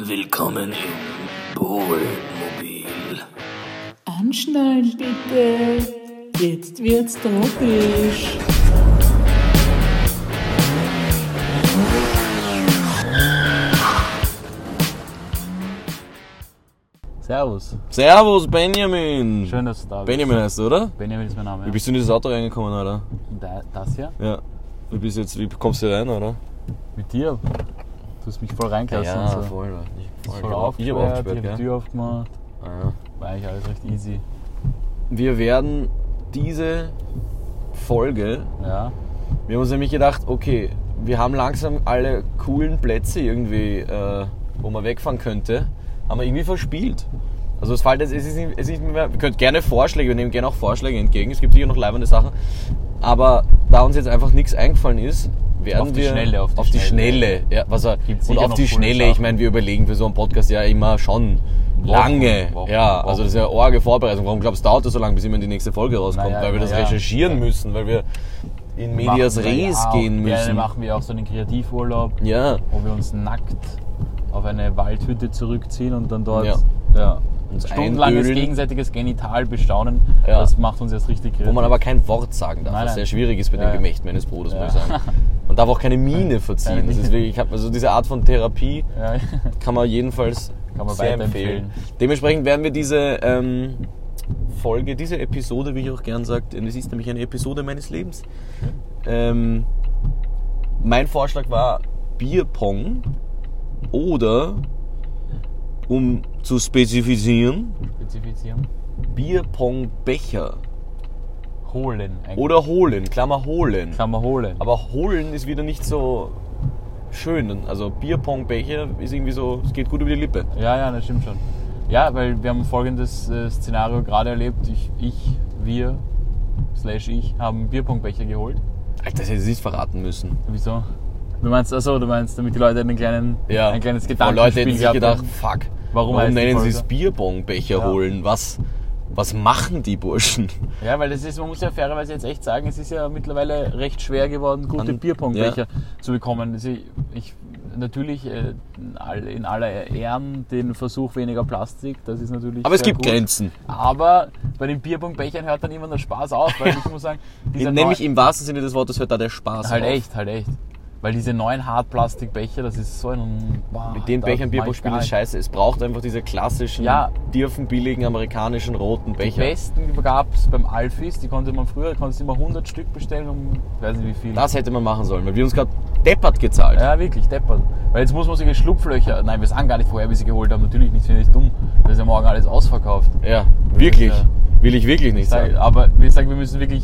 Willkommen im Bohlmobil. Anschnallen bitte. Jetzt wird's tropisch. Servus. Servus Benjamin! Schön, dass du da bist. Benjamin heißt du, oder? Benjamin ist mein Name. Wie Ja. bist du in dieses Auto reingekommen, oder? Da- Das hier? Ja. Wie bist du jetzt, wie kommst du hier rein, oder? Mit dir? Du hast mich voll reingelassen und so. Voll voll, Ich aufgesperrt, hab ich aufgesperrt, hab die gell? Tür aufgemacht. Ah, ja. War eigentlich alles recht easy. Wir werden diese Folge, Ja. wir haben uns nämlich gedacht, okay, wir haben langsam alle coolen Plätze irgendwie, äh, wo man wegfahren könnte, haben wir irgendwie verspielt. Also es fällt jetzt, es ist nicht, es ist nicht mehr, ihr könnt gerne Vorschläge, wir nehmen gerne auch Vorschläge entgegen, es gibt hier noch leibende Sachen, aber da uns jetzt einfach nichts eingefallen ist, werden Auf die wir Schnelle, auf die auf die Schnelle. Schnelle, ja, was er, Gibt's und sicher auf noch die coole Schnelle, ich Sachen. meine, wir überlegen für so einen Podcast ja immer schon Wochen, lange, Wochen, ja, Wochen. also das ist ja eine arge Vorbereitung, warum glaubst du, dauert das so lange, bis immer die nächste Folge rauskommt, Naja, weil wir das naja. recherchieren müssen, weil wir in Medias Machen wir Res ja auch. gehen Gerne müssen. machen wir auch so einen Kreativurlaub, Ja, wo wir uns nackt auf eine Waldhütte zurückziehen und dann dort Ja. ja, Uns stundenlanges einölen. gegenseitiges Genital bestaunen. Ja. Das macht uns erst richtig kreativ. wo man aber kein Wort sagen darf, Nein, was nein. sehr schwierig ist bei Ja, dem ja. Gemächt meines Bruders, Ja. muss ich sagen. Man darf auch keine Miene verziehen. Das ist wirklich, ich hab, also diese Art von Therapie ja. kann man jedenfalls Kann man sehr weiterempfehlen. empfehlen. Dementsprechend werden wir diese ähm, Folge, diese Episode, wie ich auch gern sagt, denn es ist nämlich eine Episode meines Lebens. Ähm, mein Vorschlag war Bierpong oder, um zu spezifizieren, Spezifizieren. Bierpongbecher Holen eigentlich. oder holen, Klammer holen. Kann man holen. Aber holen ist wieder nicht so schön. Also Bierpongbecher ist irgendwie so, es geht gut über die Lippe. Ja, ja, das stimmt schon. Ja, weil wir haben folgendes äh, Szenario gerade erlebt. Ich, ich wir, slash ich, haben Bierpunktbecher geholt. Alter, das hätte ich nicht verraten müssen. Wieso? Du meinst, also du meinst, damit die Leute einen kleinen, Ja. ein kleines Weil Gedankenspiel Leute hätten sich gehabt gedacht, haben. fuck, Warum warum, heißt die nennen sie es Folge? Bierbongbecher Ja. holen? Was, was machen die Burschen? Ja, weil das ist, man muss ja fairerweise jetzt echt sagen, es ist ja mittlerweile recht schwer geworden, gute An- Bierpongbecher zu bekommen. Also ich, ich natürlich äh, in all- in aller Ehren den Versuch weniger Plastik, das ist natürlich. Aber es sehr gibt gut. Grenzen. Aber bei den Bierpunktbechern hört dann irgendwann der Spaß auf, weil ich muss sagen, dieser Nämlich neu- im wahrsten Sinne des Wortes hört da der Spaß halt auf. echt, halt echt. Weil diese neuen Hartplastikbecher, das ist so ein boah, Mit den da Bechern mach Bierpong ich spielen gar ist nicht. scheiße. Es braucht einfach diese klassischen, Ja. dürfen billigen amerikanischen roten Die Becher. besten gab es beim Alfis, die konnte man früher, konntest immer 100 Stück bestellen um, weiß nicht wie viel. Das hätte man machen sollen, weil wir uns gerade deppert gezahlt. ja, wirklich, deppert. Weil jetzt muss man sich Schlupflöcher, nein, wir sagen gar nicht, woher wir sie geholt haben, natürlich nicht, finde ich dumm. Das ist ja morgen alles ausverkauft. Ja, wirklich. Ja. Will ich wirklich nicht sagen. Aber wir sagen, wir müssen wirklich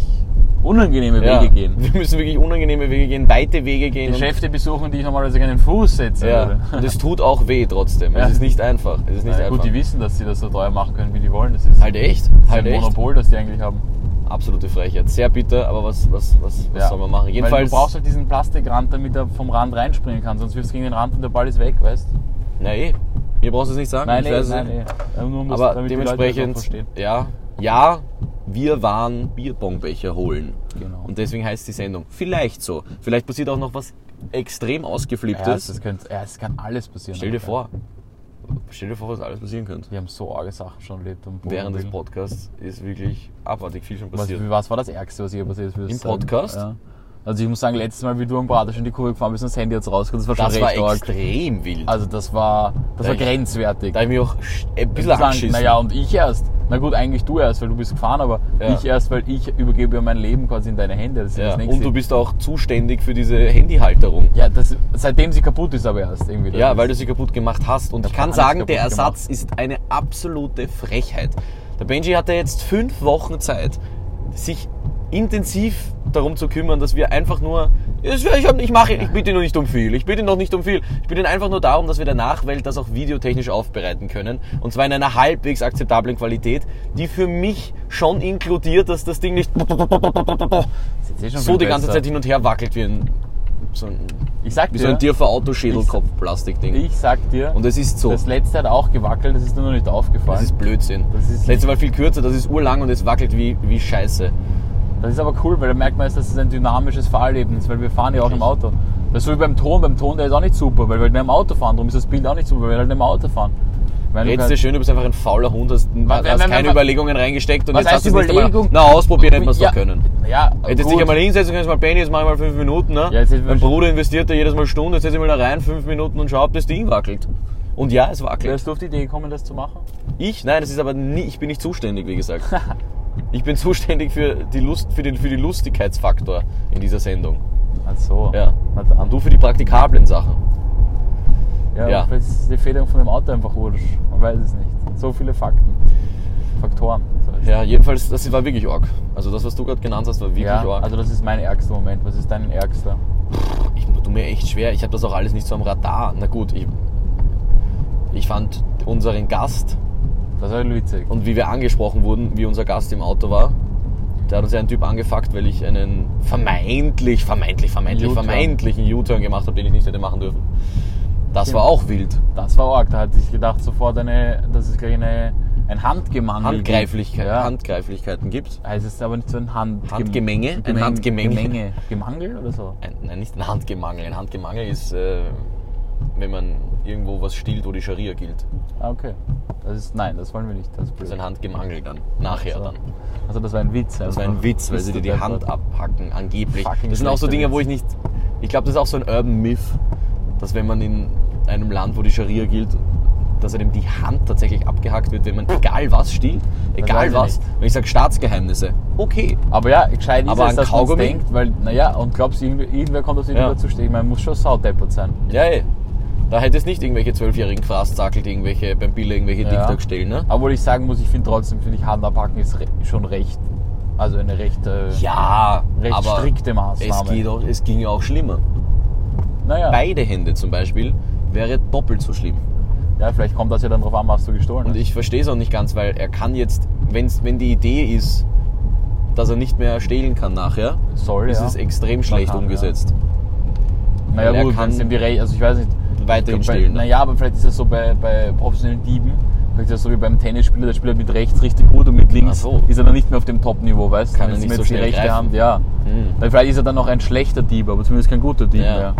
unangenehme Ja. Wege gehen. Wir müssen wirklich unangenehme Wege gehen, weite Wege gehen. und- Geschäfte besuchen, die ich normalerweise keinen Fuß setze. Ja. Und es tut auch weh trotzdem. Ja. Es ist nicht einfach. Es ist nicht Na, einfach. gut, die wissen, dass sie das so teuer machen können, wie die wollen. Das ist Halt echt? das ist Halt ein echt? Monopol, das die eigentlich haben. Absolute Frechheit. Sehr bitter, aber was, was, was, was Ja. soll man machen? Weil Jedenfalls. du brauchst halt diesen Plastikrand, damit er vom Rand reinspringen kann, sonst wirfst du gegen den Rand und der Ball ist weg, weißt du? Na eh. Mir brauchst du es nicht sagen. ich weiß es nicht. eh. Nur um das- Aber damit die Leute das auch dementsprechend. verstehen. Ja. Ja, wir waren Bierbongbecher holen. Genau. Und deswegen heißt die Sendung. Vielleicht so. Vielleicht passiert auch noch was extrem Ja, ausgeflipptes. das, könnte, ja, das kann alles passieren. Stell dir Alter. vor. Stell dir vor, was alles passieren könnte. Wir haben so arge Sachen schon erlebt. am Während des Bodenbild. Podcasts ist wirklich abartig viel schon was, passiert. was war das Ärgste, was hier passiert ist? würdest Im du sagen? Podcast? Ja. Also ich muss sagen, letztes Mal, wie du am Braten schon die Kurve gefahren bist und das Handy jetzt rausgekommen, das war Das schon war recht arg. extrem wild. Also das war, das Da war ich- grenzwertig. da hab ich mich auch sch- ein bisschen Sagen, angeschissen. Naja, und ich erst. Na gut, eigentlich du erst, weil du bist gefahren, aber Ja. ich erst, weil ich übergebe ja mein Leben quasi in deine Hände. Das ist ja. das nächste. Und du bist auch zuständig für diese Handyhalterung. ja, das, seitdem sie kaputt ist aber erst irgendwie. Das Ja, ist- weil du sie kaputt gemacht hast. Und ich hab kann alles sagen, kaputt der gemacht. Ersatz ist eine absolute Frechheit. Der Benji hatte jetzt fünf Wochen Zeit, sich intensiv darum zu kümmern, dass wir einfach nur. Ich, ich, hab- ich mache, ich bitte noch nicht um viel. Ich bitte noch nicht um viel. Ich bitte einfach nur darum, dass wir der Nachwelt das auch videotechnisch aufbereiten können. Und zwar in einer halbwegs akzeptablen Qualität, die für mich schon inkludiert, dass das Ding nicht Das ist eh schon so viel die ganze besser. Zeit hin und her wackelt wie ein, so ein, Ich sag wie so ein dir, tiefer Autoschädelkopf-Plastikding. ich sag dir, Und es ist so. das letzte hat auch gewackelt, das ist nur noch nicht aufgefallen. Das ist Blödsinn. Das Das ist- letzte Mal viel kürzer, das ist urlang und es wackelt wie, wie Scheiße. Das ist aber cool, weil da merkt man erst, dass es ein dynamisches Fahrerlebnis, weil wir fahren ja auch im Auto. Das ist so wie beim Ton. Beim Ton, der ist auch nicht super, weil wir halt mit dem Auto fahren. Darum ist das Bild auch nicht super, weil wir halt mit dem Auto fahren. Weil Jetzt du ist halt- es schön, du bist einfach ein fauler Hund, hast, hast wenn- wenn- keine wenn- Überlegungen reingesteckt und Was jetzt heißt hast du es nicht einmal, Überlegung? na, ausprobieren hätten wir es ja, doch können. Ja, Hättest gut. dich einmal hinsetzen können, mal Penny, jetzt mach ich mal fünf Minuten. Ne? Ja, jetzt hätten wir mein schon- Bruder investiert ja jedes Mal Stunde, jetzt setze ich mal da rein, fünf Minuten und schau, ob das Ding wackelt. Und ja, es wackelt. Wärst du auf die Idee gekommen, das zu machen? Ich? Nein, das ist aber nie, ich bin nicht zuständig, wie gesagt. Ich bin zuständig für, die Lust, für, den, für die Lustigkeitsfaktor in dieser Sendung. Ach so. Ja. Na dann. Und du für die praktikablen Sachen. Ja, Ja. vielleicht ist die Federung von dem Auto einfach ursch. Man weiß es nicht. So viele Fakten. Faktoren. So heißt Ja, jedenfalls, das war wirklich arg. Also das, was du gerade genannt hast, war es. wirklich ja arg. also das ist mein ärgster Moment. Was ist dein ärgster? ich tut mir echt schwer. Ich habe das auch alles nicht so am Radar. Na gut, ich, ich fand unseren Gast Das war witzig. und wie wir angesprochen wurden, wie unser Gast im Auto war. Da hat uns ja ein Typ angefuckt, weil ich einen vermeintlich, vermeintlich, vermeintlich, U-Turn. vermeintlichen U-Turn gemacht habe, den ich nicht hätte machen dürfen. Das Stimmt. war auch wild. Das war arg. Da hatte ich gedacht sofort, eine, dass es gleich eine, ein Handgemangel Handgreiflichkeit, gibt. Ja. Handgreiflichkeiten gibt. heißt es aber nicht so ein Hand Handgemenge? Ein Handgemenge. Gemenge. Gemangel oder so? Ein, nein, nicht ein Handgemangel. Ein Handgemangel ist, äh, wenn man irgendwo was stiehlt, wo die Scharia gilt. Ah, okay. Das ist, nein, das wollen wir nicht. Das ist Das blöd. ist ein Handgemangel dann. Nachher so. dann. Also das war ein Witz. Das war ein Witz, weil sie dir die Hand abhacken, angeblich. Fucking Das sind auch so schlechter Dinge, wo Witz. ich nicht. Ich glaube, das ist auch so ein Urban Myth, dass wenn man in einem Land, wo die Scharia gilt, dass einem die Hand tatsächlich abgehackt wird, wenn man egal was stiehlt, weiß egal ich was. nicht. Wenn ich sage Staatsgeheimnisse, okay. Aber ja, gescheit ist Aber es, ein dass man's Kaugummi? denkt, weil, naja, und glaubst, irgendwer, irgendwer kommt auf irgendwer Ja. zu stehen. Man muss schon saudeppert sein. Ja, ey. Da hätte es nicht irgendwelche zwölfjährigen gefasst, zackelt irgendwelche beim Bille irgendwelche Ja. TikTok stellen, ne? Obwohl ich sagen muss, ich finde trotzdem, finde ich, Hand abhacken ist re schon recht. Also eine recht, äh, Ja, recht aber strikte Maßnahme. es, geht um auch, es ging ja auch schlimmer. Naja, Beide Hände zum Beispiel wäre doppelt so schlimm. ja, vielleicht kommt das ja dann drauf an, was du gestohlen Und hast. ich verstehe es auch nicht ganz, weil er kann jetzt, wenn's, wenn die Idee ist, dass er nicht mehr stehlen kann nachher, Soll, ist ja. es extrem schlecht kann, ja. umgesetzt. weil Naja, er gut, kann wenn es ihm die Re also ich weiß nicht. Weiterhin ne? Ich glaub, stehlen. Bei, naja, aber vielleicht ist das so bei, bei professionellen Dieben. Vielleicht ist das so wie beim Tennisspieler, der spielt halt mit rechts richtig gut und mit links Ach so. ist er dann nicht mehr auf dem Top-Niveau, weißt du? Kann Wenn er sie nicht mir so jetzt die schnell rechte greifen. Hand, ja. Hm. Weil vielleicht ist er dann noch ein schlechter Dieb, aber zumindest kein guter Dieb Ja. mehr.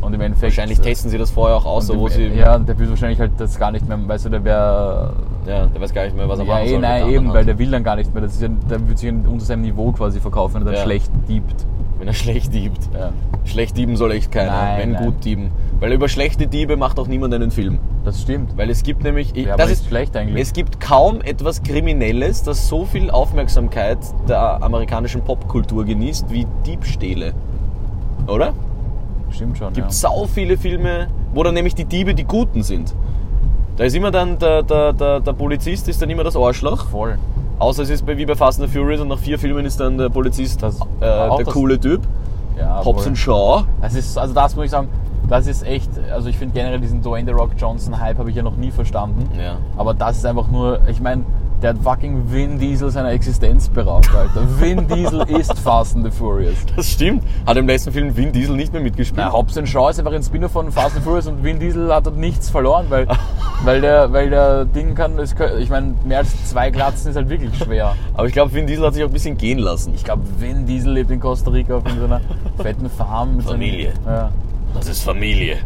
Und im Endeffekt. Wahrscheinlich testen sie das vorher auch aus, so wo äh, und sie. im, E- Ja, der will wahrscheinlich halt das gar nicht mehr, weißt du, der wäre. ja, der weiß gar nicht mehr, was er Ja, machen eh, soll. mit der nein, anderen eben, weil Hand. der will dann gar nicht mehr. Das ist ja, der wird sich unter seinem Niveau quasi verkaufen, wenn er dann Ja. schlecht diebt. Wenn er schlecht diebt. Ja. Schlecht dieben soll echt keiner, Nein, wenn nein. gut dieben. Weil über schlechte Diebe macht auch niemand einen Film. Das stimmt. Weil es gibt nämlich. ich- Ja, aber das ist ist schlecht eigentlich. Es gibt kaum etwas Kriminelles, das so viel Aufmerksamkeit der amerikanischen Popkultur genießt wie Diebstähle. Oder? Stimmt schon. gibt ja. sau viele Filme, wo dann nämlich die Diebe die Guten sind. Da ist immer dann, der, der, der, der Polizist ist dann immer das Arschloch. Voll. Außer es ist bei, wie bei Fast and the Furious und nach vier Filmen ist dann der Polizist Das- äh, auch der das- coole Typ. Ja, Hobbs voll. und Shaw. Das ist, also das muss ich sagen, das ist echt, also ich finde generell diesen Dwayne The Rock Johnson Hype habe ich ja noch nie verstanden. Ja. Aber das ist einfach nur, ich meine, der hat fucking Vin Diesel seiner Existenz beraubt, Alter. Vin Diesel ist Fast and the Furious. Das stimmt. Hat im letzten Film Vin Diesel nicht mehr mitgespielt. Na, Hobbs and Shaw ist einfach ein Spinner von Fast and Furious und Vin Diesel hat dort nichts verloren, weil, weil, der, weil der Ding kann, es kann ich meine, mehr als zwei Glatzen ist halt wirklich schwer. Aber ich glaube, Vin Diesel hat sich auch ein bisschen gehen lassen. Ich glaube, Vin Diesel lebt in Costa Rica auf so einer fetten Farm. Mit Familie. So einem, ja, Das ist Familie.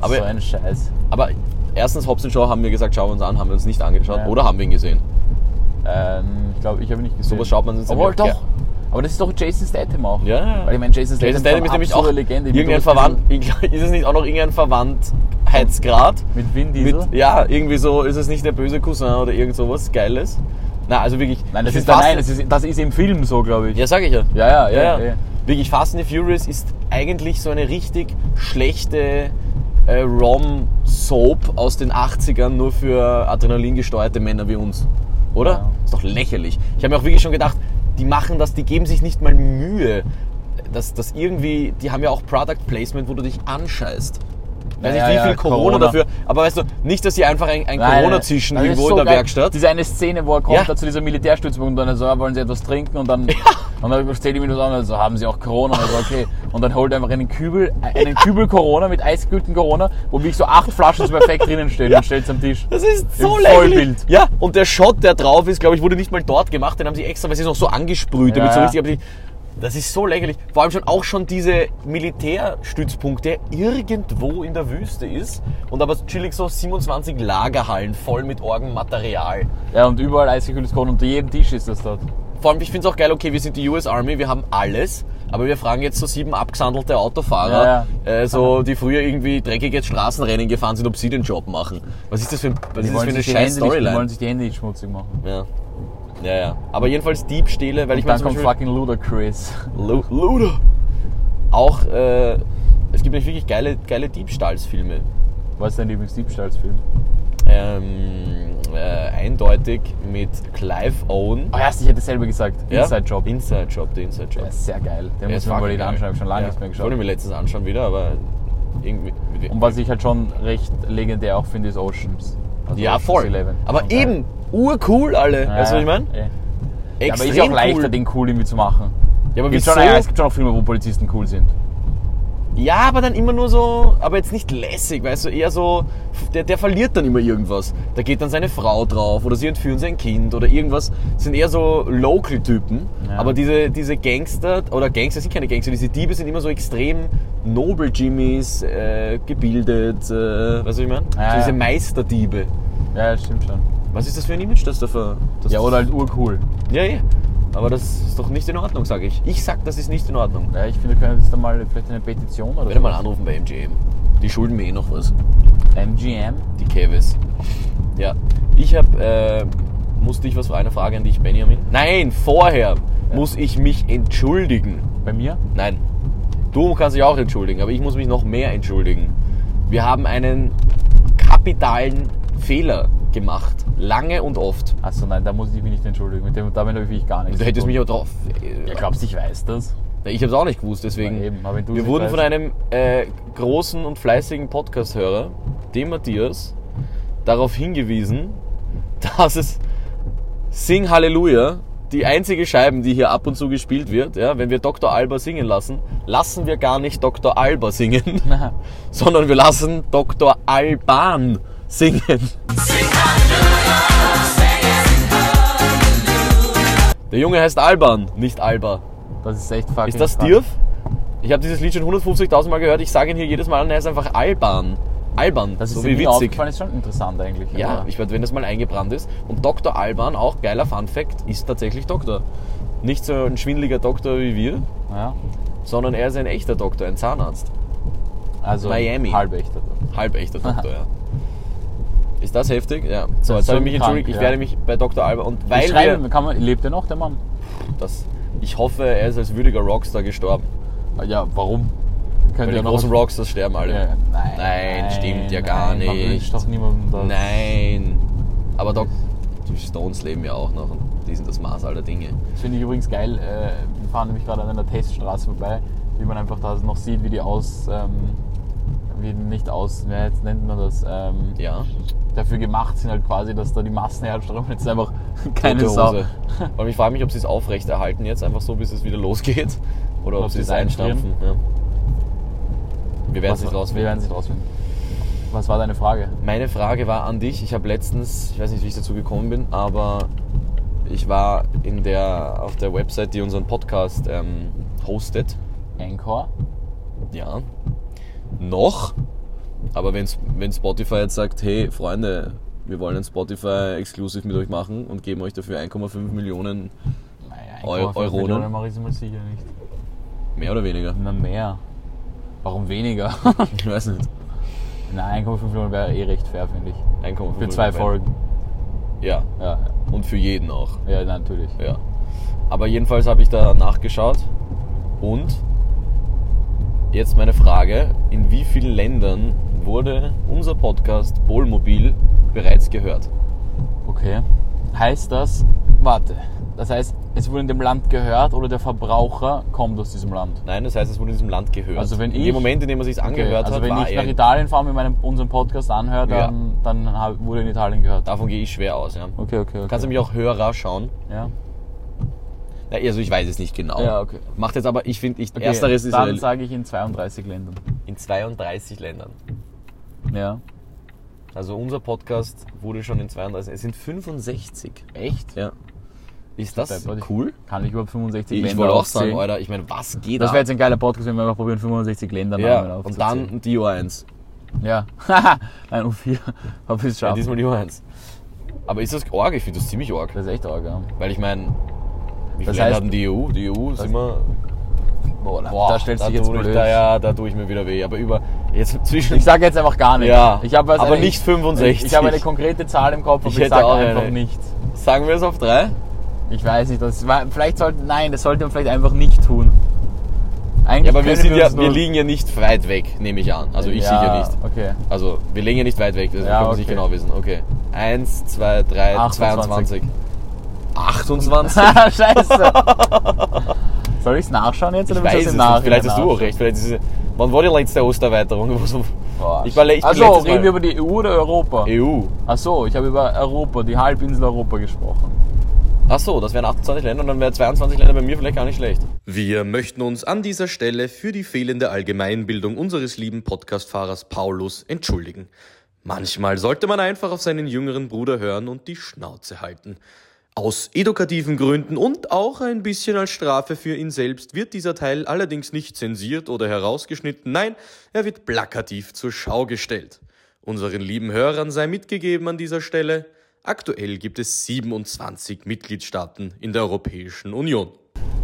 Aber, so ein Scheiß. aber erstens, Hobbs und Shaw haben wir gesagt, schauen wir uns an, haben wir uns nicht angeschaut Ja. oder haben wir ihn gesehen? Ähm, ich glaube, ich habe ihn nicht gesehen. Sowas schaut man sich Obwohl, nämlich auch doch. Aber das ist doch Jason Statham auch. Ja, ja. Weil ich meine, Jason Statham, Jason Statham ist eine nämlich auch absolute Legende. Ich bin irgendein durchaus Verwandt. Ist es nicht auch noch irgendein Verwandtheitsgrad? Mit Vin Mit, Diesel. ja, irgendwie so ist es nicht der böse Cousin oder irgend sowas Geiles. Na, also wirklich. nein, das ich ist, find nein, Fast- das ist, das ist im Film so, glaube ich. Ja, sag ich ja. Ja, ja, ja, ja, ja. Wirklich, Fast and the Furious ist eigentlich so eine richtig schlechte äh, Rom-Soap aus den 80ern, nur für adrenalingesteuerte Männer wie uns. Oder? Ja. Ist doch lächerlich. Ich habe mir auch wirklich schon gedacht, die machen das, die geben sich nicht mal Mühe. Das, das irgendwie, die haben ja auch Product Placement, wo du dich anscheißt. Weiß Ja, nicht, wie ja, viel ja, Corona, Corona. dafür. Aber weißt du, nicht, dass sie einfach ein, ein Nein, Corona-Zischen das ist irgendwo so in der geil. Werkstatt. Diese eine Szene, wo er kommt Ja. da zu dieser Militärstützpunkt und dann so, ja, wollen Sie etwas trinken? Und dann, und dann steht ihm so an, also haben Sie auch Corona? Und, so, okay. und dann holt er einfach einen Kübel, einen Kübel Corona mit eisgekühlten Corona, wo wirklich so acht Flaschen so perfekt drinnen stehen und stellt es am Tisch. Das ist Im so lächerlich. Vollbild. Ja, und der Shot, der drauf ist, glaube ich, wurde nicht mal dort gemacht. Den haben sie extra, weil sie es noch so angesprüht, Ja, damit so ja. richtig. aber die- Das ist so lächerlich. Vor allem schon auch schon diese Militärstützpunkte irgendwo in der Wüste ist und aber chillig so 27 Lagerhallen voll mit Orgenmaterial. Ja, und überall eisgekühltes Korn. Unter jedem Tisch ist das dort. Vor allem, ich finde es auch geil, okay, wir sind die US Army, wir haben alles, aber wir fragen jetzt so sieben abgesandelte Autofahrer, Äh, so, die früher irgendwie dreckige Straßenrennen gefahren sind, ob sie den Job machen. Was ist das für, ein, was ist das für eine die scheiß Hände nicht, die Storyline? wollen sich die Hände nicht schmutzig machen. Ja. ja, ja. Aber jedenfalls Diebstähle, weil ich Und meine dann kommt zum Beispiel- fucking Ludacris. Lu- Luder. Auch, äh, es gibt nämlich wirklich geile, geile Diebstahlsfilme. Was ist dein Lieblingsdiebstahlsfilm? Ähm, äh, eindeutig mit Clive Owen. Oh ja, ich hätte selber gesagt. Ja? Inside Job. Inside Job, der Inside Job. Der ist sehr geil. Den muss man mal wieder anschauen. Ich habe schon lange nichts mehr geschaut. Wollte mir letztens anschauen wieder, aber irgendwie. Und was ich halt schon recht legendär auch finde, ist Oceans. Also ja, Ocean's voll. Eleven. Aber Schon eben, urcool alle. geil. weißt du, was ich meine? Ja, ja. Ja, aber ist ja auch leichter, den cool irgendwie zu machen. Ja, aber Es gibt, wieso? schon, ja, es gibt schon auch Filme, wo Polizisten cool sind. Ja, aber dann immer nur so, aber jetzt nicht lässig, weißt du, eher so, der, der verliert dann immer irgendwas. Da geht dann seine Frau drauf oder sie entführen sein Kind oder irgendwas. Sind eher so Local-Typen. Ja. Aber diese, diese Gangster, oder Gangster sind keine Gangster, diese Diebe sind immer so extrem Nobel-Jimmys, äh, gebildet, äh, weißt du, was ich meine? Ah, Ja, so diese ja. Meisterdiebe. Ja, das stimmt schon. Was ist das für ein Image, das da ver... Das Ja, oder halt urcool. Ja, ja. Aber das ist doch nicht in Ordnung, sage ich. Ich sag, das ist nicht in Ordnung. Ja, ich finde, wir können jetzt da mal vielleicht eine Petition oder Ich werde so. mal anrufen bei MGM. Die schulden mir eh noch was. MGM? Die Kevis. Ja. Ich hab, äh, musste ich was für eine Frage an dich, Benjamin? Nein, vorher muss ich mich entschuldigen. Bei mir? Nein. Du kannst dich auch entschuldigen, aber ich muss mich noch mehr entschuldigen. Wir haben einen kapitalen Fehler gemacht. Lange und oft. Achso, nein, da muss ich mich nicht entschuldigen. Mit dem, damit habe ich wirklich gar nichts. Du hättest zu mich tun. aber drauf. äh, Ja, glaubst du, ich weiß das? Ich habe es auch nicht gewusst, deswegen. Na eben, aber wenn du's wir nicht wurden von weißt. einem äh, großen und fleißigen Podcast-Hörer, dem Matthias, darauf hingewiesen, dass es Sing Halleluja, die einzige Scheiben, die hier ab und zu gespielt wird, ja, wenn wir Dr. Alba singen lassen, lassen wir gar nicht Dr. Alba singen, sondern wir lassen Dr. Alban singen. Der Junge heißt Alban, nicht Alba. Das ist echt fucking. Ist das fuck. Dirf? Ich habe dieses Lied schon 150.000 Mal gehört. Ich sage ihn hier jedes Mal und er ist einfach Alban. Alban, Das ist so mir wie nie witzig. aufgefallen, ist schon interessant eigentlich. Ja, aber- ich werde, wenn das mal eingebrannt ist. Und Dr. Alban, auch geiler Fun Fact, ist tatsächlich Doktor. Nicht so ein schwindeliger Doktor wie wir, ja. sondern er ist ein echter Doktor, ein Zahnarzt. Also Miami. Halbechter. Halb echter Doktor, ja. Ist das heftig? Ja. So, Das ist jetzt habe ich schon mich entschuldigt. krank, Ich ja. werde mich bei Dr. Alban und Ich weil schreibe, wir, kann man, lebt er noch, der Mann? das, ich hoffe, er ist als würdiger Rockstar gestorben. Ah, Ja, warum? Weil Könnte die ja noch großen Rockstars sterben alle. Ja, nein, Nein, stimmt ja gar nein, Man wünscht nicht. doch niemandem das. Nein. Aber Doc, die Stones leben ja auch noch und die sind das Maß aller Dinge. Das finde ich übrigens geil. Äh, wir fahren nämlich gerade an einer Teststraße vorbei, wie man einfach da noch sieht, wie die aus. Ähm, wie nicht aus. Ja, jetzt nennt man das. Ähm, Ja. Dafür gemacht sind halt quasi, dass da die Massen herströmen. Jetzt einfach keine Tote Sau. Hose. Weil ich frage mich, ob sie es aufrechterhalten jetzt, einfach so, bis es wieder losgeht. Oder ob, ob sie sie es es einstampfen. Ja. Wir werden es Was- nicht Wir werden rausfinden. es nicht rausfinden. Was war deine Frage? Meine Frage war an dich. Ich habe letztens, ich weiß nicht, wie ich dazu gekommen bin, aber ich war in der, auf der Website, die unseren Podcast ähm, hostet. Encore? Ja. Noch. Aber wenn's, wenn Spotify jetzt sagt, hey Freunde, wir wollen ein Spotify Exclusive mit euch machen und geben euch dafür 1,5 Millionen, Naja, Eu- 1,5 Euronen? Millionen mache ich mal sicher nicht. mehr oder weniger. Na mehr. Warum weniger? Ich weiß nicht. Nein, 1,5 Millionen wäre eh recht fair, finde ich. 1,5 Für zwei Millionen. Folgen. Ja. Ja, Und für jeden auch. ja, ja natürlich. Ja. Aber jedenfalls habe ich da nachgeschaut und jetzt meine Frage, in wie vielen Ländern wurde unser Podcast Polmobil bereits gehört? Okay. Heißt das, warte, das heißt, es wurde in dem Land gehört oder der Verbraucher kommt aus diesem Land? Nein, das heißt, es wurde in diesem Land gehört. Also wenn in ich- dem Moment, in dem man sich angehört also hat, wenn war ich er nach Italien fahre, mir meinen, unseren Podcast anhöre, dann, dann hab, wurde in Italien gehört. Davon gehe ich schwer aus, ja. Okay, okay, okay. Kannst du mich auch Hörer schauen? ja. Na, also ich weiß es nicht genau. Ja, okay. Macht jetzt aber, ich finde, ich, okay, ersteres ist Dann ein- sage ich in 32 Ländern. in 32 Ländern. Ja. Also unser Podcast wurde schon in 32, es sind 65. Echt? Ja. Ist das Deppert. Ich- cool? Kann ich überhaupt 65 Ich Länder wollte auch aufzählen? sagen, Alter, ich meine, was geht Das ab? wäre jetzt ein geiler Podcast, wenn wir einfach probieren, 65 Länder ja, und dann ein Dio 1. Ja. Nein, U4. Hab ich's Ja, geschafft. diesmal Dio 1. Aber ist das arg? Ich finde das ziemlich arg. das ist echt arg, ja. Weil ich meine, wie Das viele Länder heißt- hat denn die EU? Die EU ist immer. Boah, da- Boah, da stellst du dich jetzt tue ich- blöd. Da, ja, da tue ich mir wieder weh. Aber über. Jetzt zwischen. Ich sag jetzt einfach gar nichts. Ja, ich hab was- aber ich- nicht 65. Ich, ich habe eine konkrete Zahl im Kopf, aber Ich ich, hätte sag auch einfach eine. nichts. Sagen wir es auf drei? Ich weiß nicht, das war, vielleicht sollten, nein, das sollte man vielleicht einfach nicht tun. Eigentlich Ja, aber wir, können sind ja, uns wir nur- liegen ja nicht weit weg, nehme ich an. Also ich sicher nicht. Okay. Also wir liegen ja nicht weit weg, das Ja, kann man nicht okay. genau wissen. Okay. Eins, zwei, drei, 28. 22. 28? Scheiße. Soll ich's nachschauen jetzt Ich oder willst weiß du das im es nicht. Nachhinein Vielleicht hast du auch nachschauen? recht. Vielleicht ist es, wann war die letzte Osterweiterung? Boah. Ich war le- ich bin Also, letztes reden Mal- E wir über die EU oder Europa? EU. Ach so, ich habe über Europa, die Halbinsel Europa gesprochen. Ach so, das wären 28 Länder und dann wären 22 Länder bei mir vielleicht gar nicht schlecht. Wir möchten uns an dieser Stelle für die fehlende Allgemeinbildung unseres lieben Podcastfahrers Paulus entschuldigen. Manchmal sollte man einfach auf seinen jüngeren Bruder hören und die Schnauze halten. Aus edukativen Gründen und auch ein bisschen als Strafe für ihn selbst wird dieser Teil allerdings nicht zensiert oder herausgeschnitten, nein, er wird plakativ zur Schau gestellt. Unseren lieben Hörern sei mitgegeben an dieser Stelle, aktuell gibt es 27 Mitgliedstaaten in der Europäischen Union.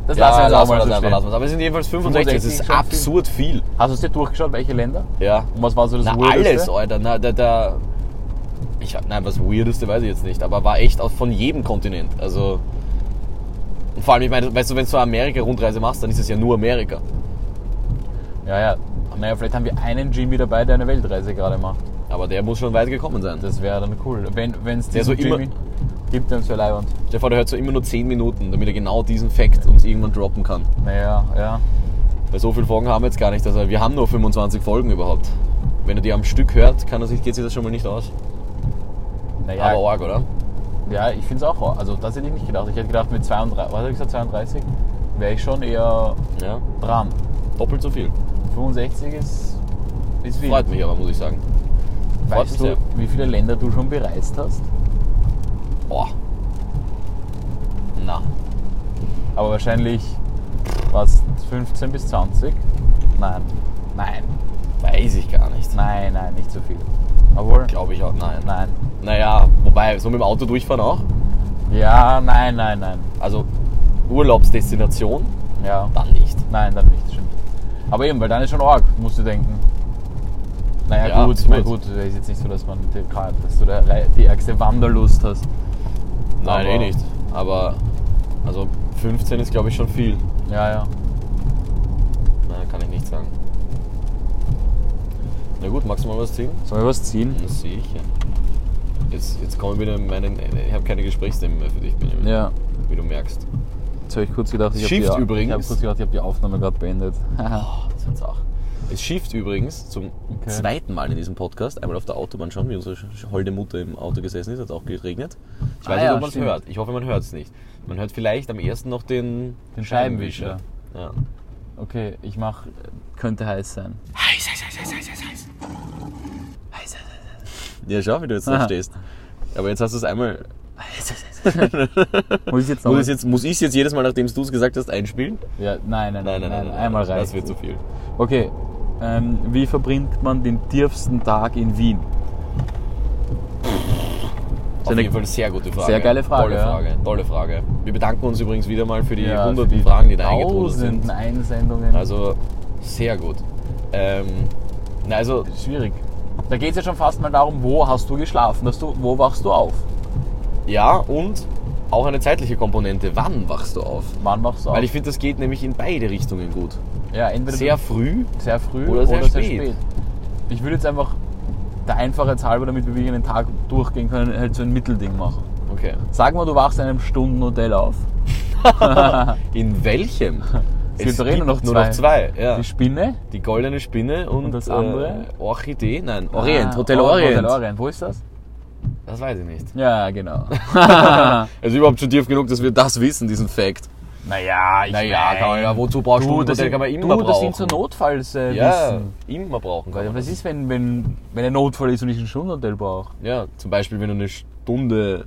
Das lassen wir jetzt auch mal so stehen. lassen wir es. Aber es sind jedenfalls 65, das 65 ist ist schon absurd viel. Hast du es dir durchgeschaut, welche Länder? Ja. Und was war so das Na, Weirdeste? alles, Alter. Na, da, da, ich, hab- nein, was Weirdeste weiß ich jetzt nicht, aber war echt aus, von jedem Kontinent. Also. Und vor allem, ich meine, weißt du, wenn du so eine Amerika-Rundreise machst, dann ist es ja nur Amerika. Ja, ja. Naja, vielleicht haben wir einen Jimmy dabei, der eine Weltreise gerade macht. Aber der muss schon weit gekommen sein. Das wäre dann cool. Wenn es diesen so immer- Jimmy gibt, dann ist ja leibend. Stell dir vor, der hört so immer nur 10 Minuten, damit er genau diesen Fact uns irgendwann droppen kann. Naja, ja. Weil so viele Folgen haben wir jetzt gar nicht. Also wir haben nur 25 Folgen überhaupt. Wenn er die am Stück hört, kann er sich, geht sich das schon mal nicht aus. Naja, Aber arg, oder? ja, ich finde es auch. Also, das hätte ich nicht gedacht. Ich hätte gedacht, mit 32, was hab ich gesagt, 32 wäre ich schon eher Ja. dran. Doppelt so viel. 65 ist, ist viel. Freut mich aber, muss ich sagen. freut mich Weißt du, sehr. wie viele Länder du schon bereist hast? Boah. Na. Aber wahrscheinlich was 15 bis 20? Nein. Nein. Weiß ich gar nicht. Nein, nein, nicht so viel. Obwohl. Glaube ich auch, nein. Nein. Naja, wobei, so mit dem Auto durchfahren auch. Ja, nein, nein, nein. Also Urlaubsdestination, Ja. dann nicht. Nein, dann nicht, stimmt. Aber eben, weil dann ist schon arg, musst du denken. Naja, Ja, gut, ich meine, absolut. gut, es ist jetzt nicht so, dass man die, dass du da rei- die ärgste Wanderlust hast. Nein, Aber- eh nicht. Aber also 15 ist, glaube ich, schon viel. Ja, ja. Nein, kann ich nicht sagen. Na gut, magst du mal was ziehen? Sollen wir was ziehen? Das sehe ich ja. Jetzt, jetzt kommen wieder meine. Ich habe keine Gesprächsthemen mehr für dich, Benjamin. Ja. Wie du merkst. Jetzt habe ich kurz gedacht, ich habe Shift die, übrigens. Ich habe kurz gedacht, ich habe die Aufnahme gerade beendet. Das ist jetzt auch. Es schifft übrigens zum Okay. zweiten Mal in diesem Podcast. Einmal auf der Autobahn schon, wie unsere sch- holde Mutter im Auto gesessen ist, hat auch geregnet. Ich Ah weiß ja, nicht, ob man es stimmt. hört. Ich hoffe, man hört es nicht. Man hört vielleicht am ersten noch den, Den Scheibenwischer. Ja. Okay, ich mache. Könnte heiß sein. ja, schau, wie du jetzt da Aha. stehst. Aber jetzt hast du es einmal. Muss ich jetzt noch? Muss ich es jetzt, muss ich's jetzt jedes Mal, nachdem du es gesagt hast, einspielen? Ja, nein, nein, nein, nein, Einmal reicht. Das wird zu viel. Okay. Ähm, wie verbringt man den tiefsten Tag in Wien? Auf eine jeden Fall eine sehr gute Frage. sehr geile Frage, Tolle ja. Frage. Tolle Frage. Wir bedanken uns übrigens wieder mal für die Ja, hunderten für Fragen, die da eingetrudelt sind. Tausenden Einsendungen. Also sehr gut. Ähm, na also, Schwierig. Da geht es ja schon fast mal darum, wo hast du geschlafen, dass du, wo wachst du auf, ja, und auch eine zeitliche Komponente. Wann wachst du auf? wann wachst du auf. Weil ich finde, das geht nämlich in beide Richtungen gut. ja, entweder Sehr du- früh, sehr früh oder oder sehr sehr, spät. spät. Ich würde jetzt einfach, der Einfachheit halber, damit wir wirklich einen Tag durchgehen können, halt so ein Mittelding machen. okay. Sag mal, du wachst in einem Stundenhotel auf. In welchem? gibt doch eh nur noch nur zwei. noch zwei. Ja. Die Die, Spinne. goldene Spinne und, Und das andere? Äh, Orchidee? Nein, Orient, Ah, Hotel Or- Orient. Hotel Orient, wo ist das? Das weiß ich nicht. Ja, genau. Also überhaupt schon tief genug, dass wir das wissen, diesen Fact. naja, ich Naja, mein, kann man, ja, wozu brauchst du, du das, Hotel? sind, Kann man immer du, brauchen. das sind so Notfallswissen. Äh, Ja, Wissen. immer brauchen. Kann Weil man was das. ist, wenn, wenn, wenn ein Notfall ist und ich ein Stundenhotel brauche? Ja, zum Beispiel, wenn du eine Stunde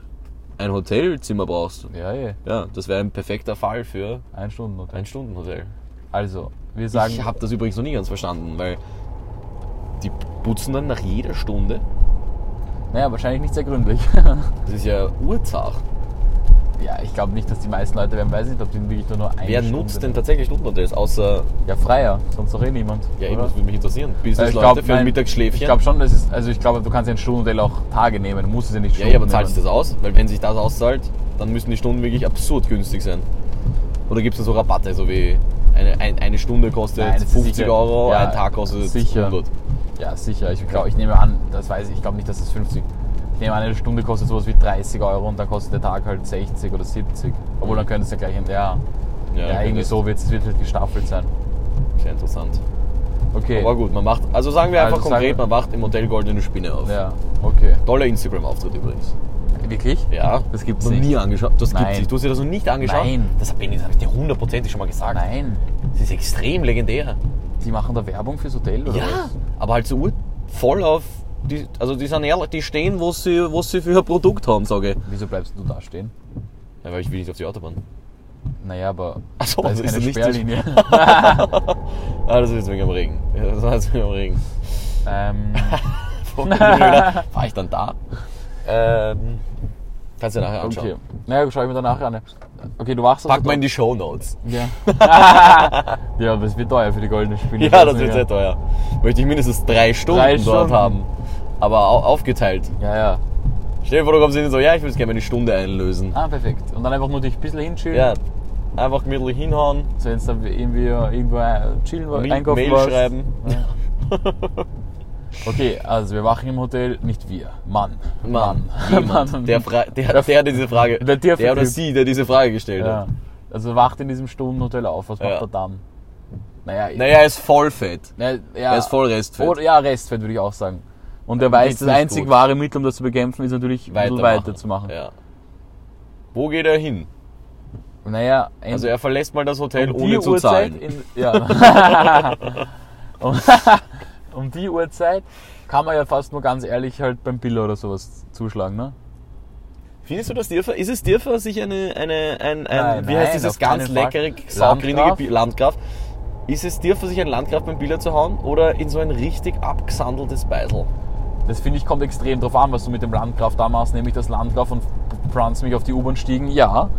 ein Hotelzimmer brauchst. Ja, eh. Ja, das wäre ein perfekter Fall für Ein Stunden ein Stundenhotel. Also, wir sagen. Ich habe das übrigens noch nie ganz verstanden, weil die putzen dann nach jeder Stunde. Naja, wahrscheinlich nicht sehr gründlich. Das ist ja Urzach. ja, ich glaube nicht, dass die meisten Leute, wer weiß nicht, ob die wirklich nur noch eine Wer Stunde- nutzt denn tatsächlich Stundenhotels außer Ja, Freier, sonst doch eh niemand. Ja, eben, oder? das würde mich interessieren. Ja, Business-Leute ich glaub, für ein nein, Mittagsschläfchen. Ich glaube schon, das ist, also ich glaube, du kannst ja ein Stundenhotel auch Tage nehmen, du musst es ja nicht ja, ja, aber Stunden zahlt sich nehmen. das aus? Weil wenn sich das auszahlt, dann müssen die Stunden wirklich absurd günstig sein. Oder gibt es da so Rabatte, so wie eine, ein, eine Stunde kostet Nein, das ist 50 sicher- Euro, ja, ein Tag kostet sicher. 100. Ja, sicher. Ich glaube, ich nehme an, das weiß ich, ich glaube nicht, dass es 50. Ich nehme an, eine Stunde kostet sowas wie 30 Euro und dann kostet der Tag halt 60 oder 70. Obwohl dann könnte es ja gleich ein, ja, ja, irgendwie das so wird es wird halt gestaffelt sein. ist Sehr interessant. Okay. Aber gut, man macht, also sagen wir Also einfach sagen konkret, wir- man macht im Hotel Goldene Spinne auf. Ja, okay. Toller Instagram-Auftritt übrigens. Wirklich? Ja. Das gibt's noch nicht. nie angeschaut. Das Nein. gibt's nicht. Du hast dir das noch nicht angeschaut? Nein. Das habe ich, das hab ich dir hundertprozentig schon mal gesagt. Nein. Das ist extrem legendär. Die machen da Werbung fürs Hotel oder Ja, was? aber halt so ur- voll auf. Die, also die sind ehrlich, die stehen, wo sie, wo sie für ihr Produkt haben, sage ich. Wieso bleibst du da stehen? Ja, weil ich will nicht auf die Autobahn. Naja, aber Ach so, da ist ist keine nicht- Sperrlinie. Ah, das ist wegen dem Regen. Ja, das war jetzt wegen dem Regen. ähm, War ich dann da? Ähm, kannst du dir nachher anschauen. okay. Naja, schau ich mir danach an. Okay, du wachst Pack mal in die Show Notes. Ja. ja, aber es wird teuer für die goldene Spinne. Ja, das wird sehr teuer. Möchte ich mindestens drei Stunden, Drei dort Stunden. haben. Aber au- aufgeteilt. Ja, ja. Stell dir vor, du kommst hin und so, ja, ich würde gerne meine Stunde einlösen. Ah, perfekt. Und dann einfach nur dich ein bisschen hinchillen. Ja, einfach gemütlich hinhauen, So, wenn du dann irgendwie irgendwo äh, chillen war, Mail- einkaufen Mail warst. schreiben. Okay, also wir wachen im Hotel, nicht wir. Mann. Mann, Mann. jemand, der, Fra der, der diese Frage, Der der, Dirf- oder Typ. sie, der diese Frage gestellt ja. hat. Also wacht in diesem Stundenhotel auf. Was macht Ja. er dann? Naja, Naja, er ist voll fett. Na, ja. Er ist voll Restfett. Oder, ja, Restfett würde ich auch sagen. Und er weiß, geht's das nicht einzig gut. wahre Mittel, um das zu bekämpfen, ist natürlich weiter weiterzumachen. Ja. Wo geht er hin? Naja, ein- Also er verlässt mal das Hotel um die ohne zu Uhrzeit zahlen. In, ja. um, um die Uhrzeit kann man ja fast nur ganz ehrlich halt beim Biller oder sowas zuschlagen, ne? Findest du, dass Dirfer, ist es Dirfer sich eine, eine, ein, ein Nein, wie heißt nein, dieses auf ganz keinen Fall. leckere, saugrinige Landgraf? Bi- Landgraf? Ist es Dirfer sich einen Landgraf beim Billard zu hauen oder in so ein richtig abgesandeltes Beisel? Das finde ich kommt extrem drauf an, was du mit dem Landgraf da machst. Nehme ich das Landgraf und pranz mich auf die U-Bahn stiegen? Ja.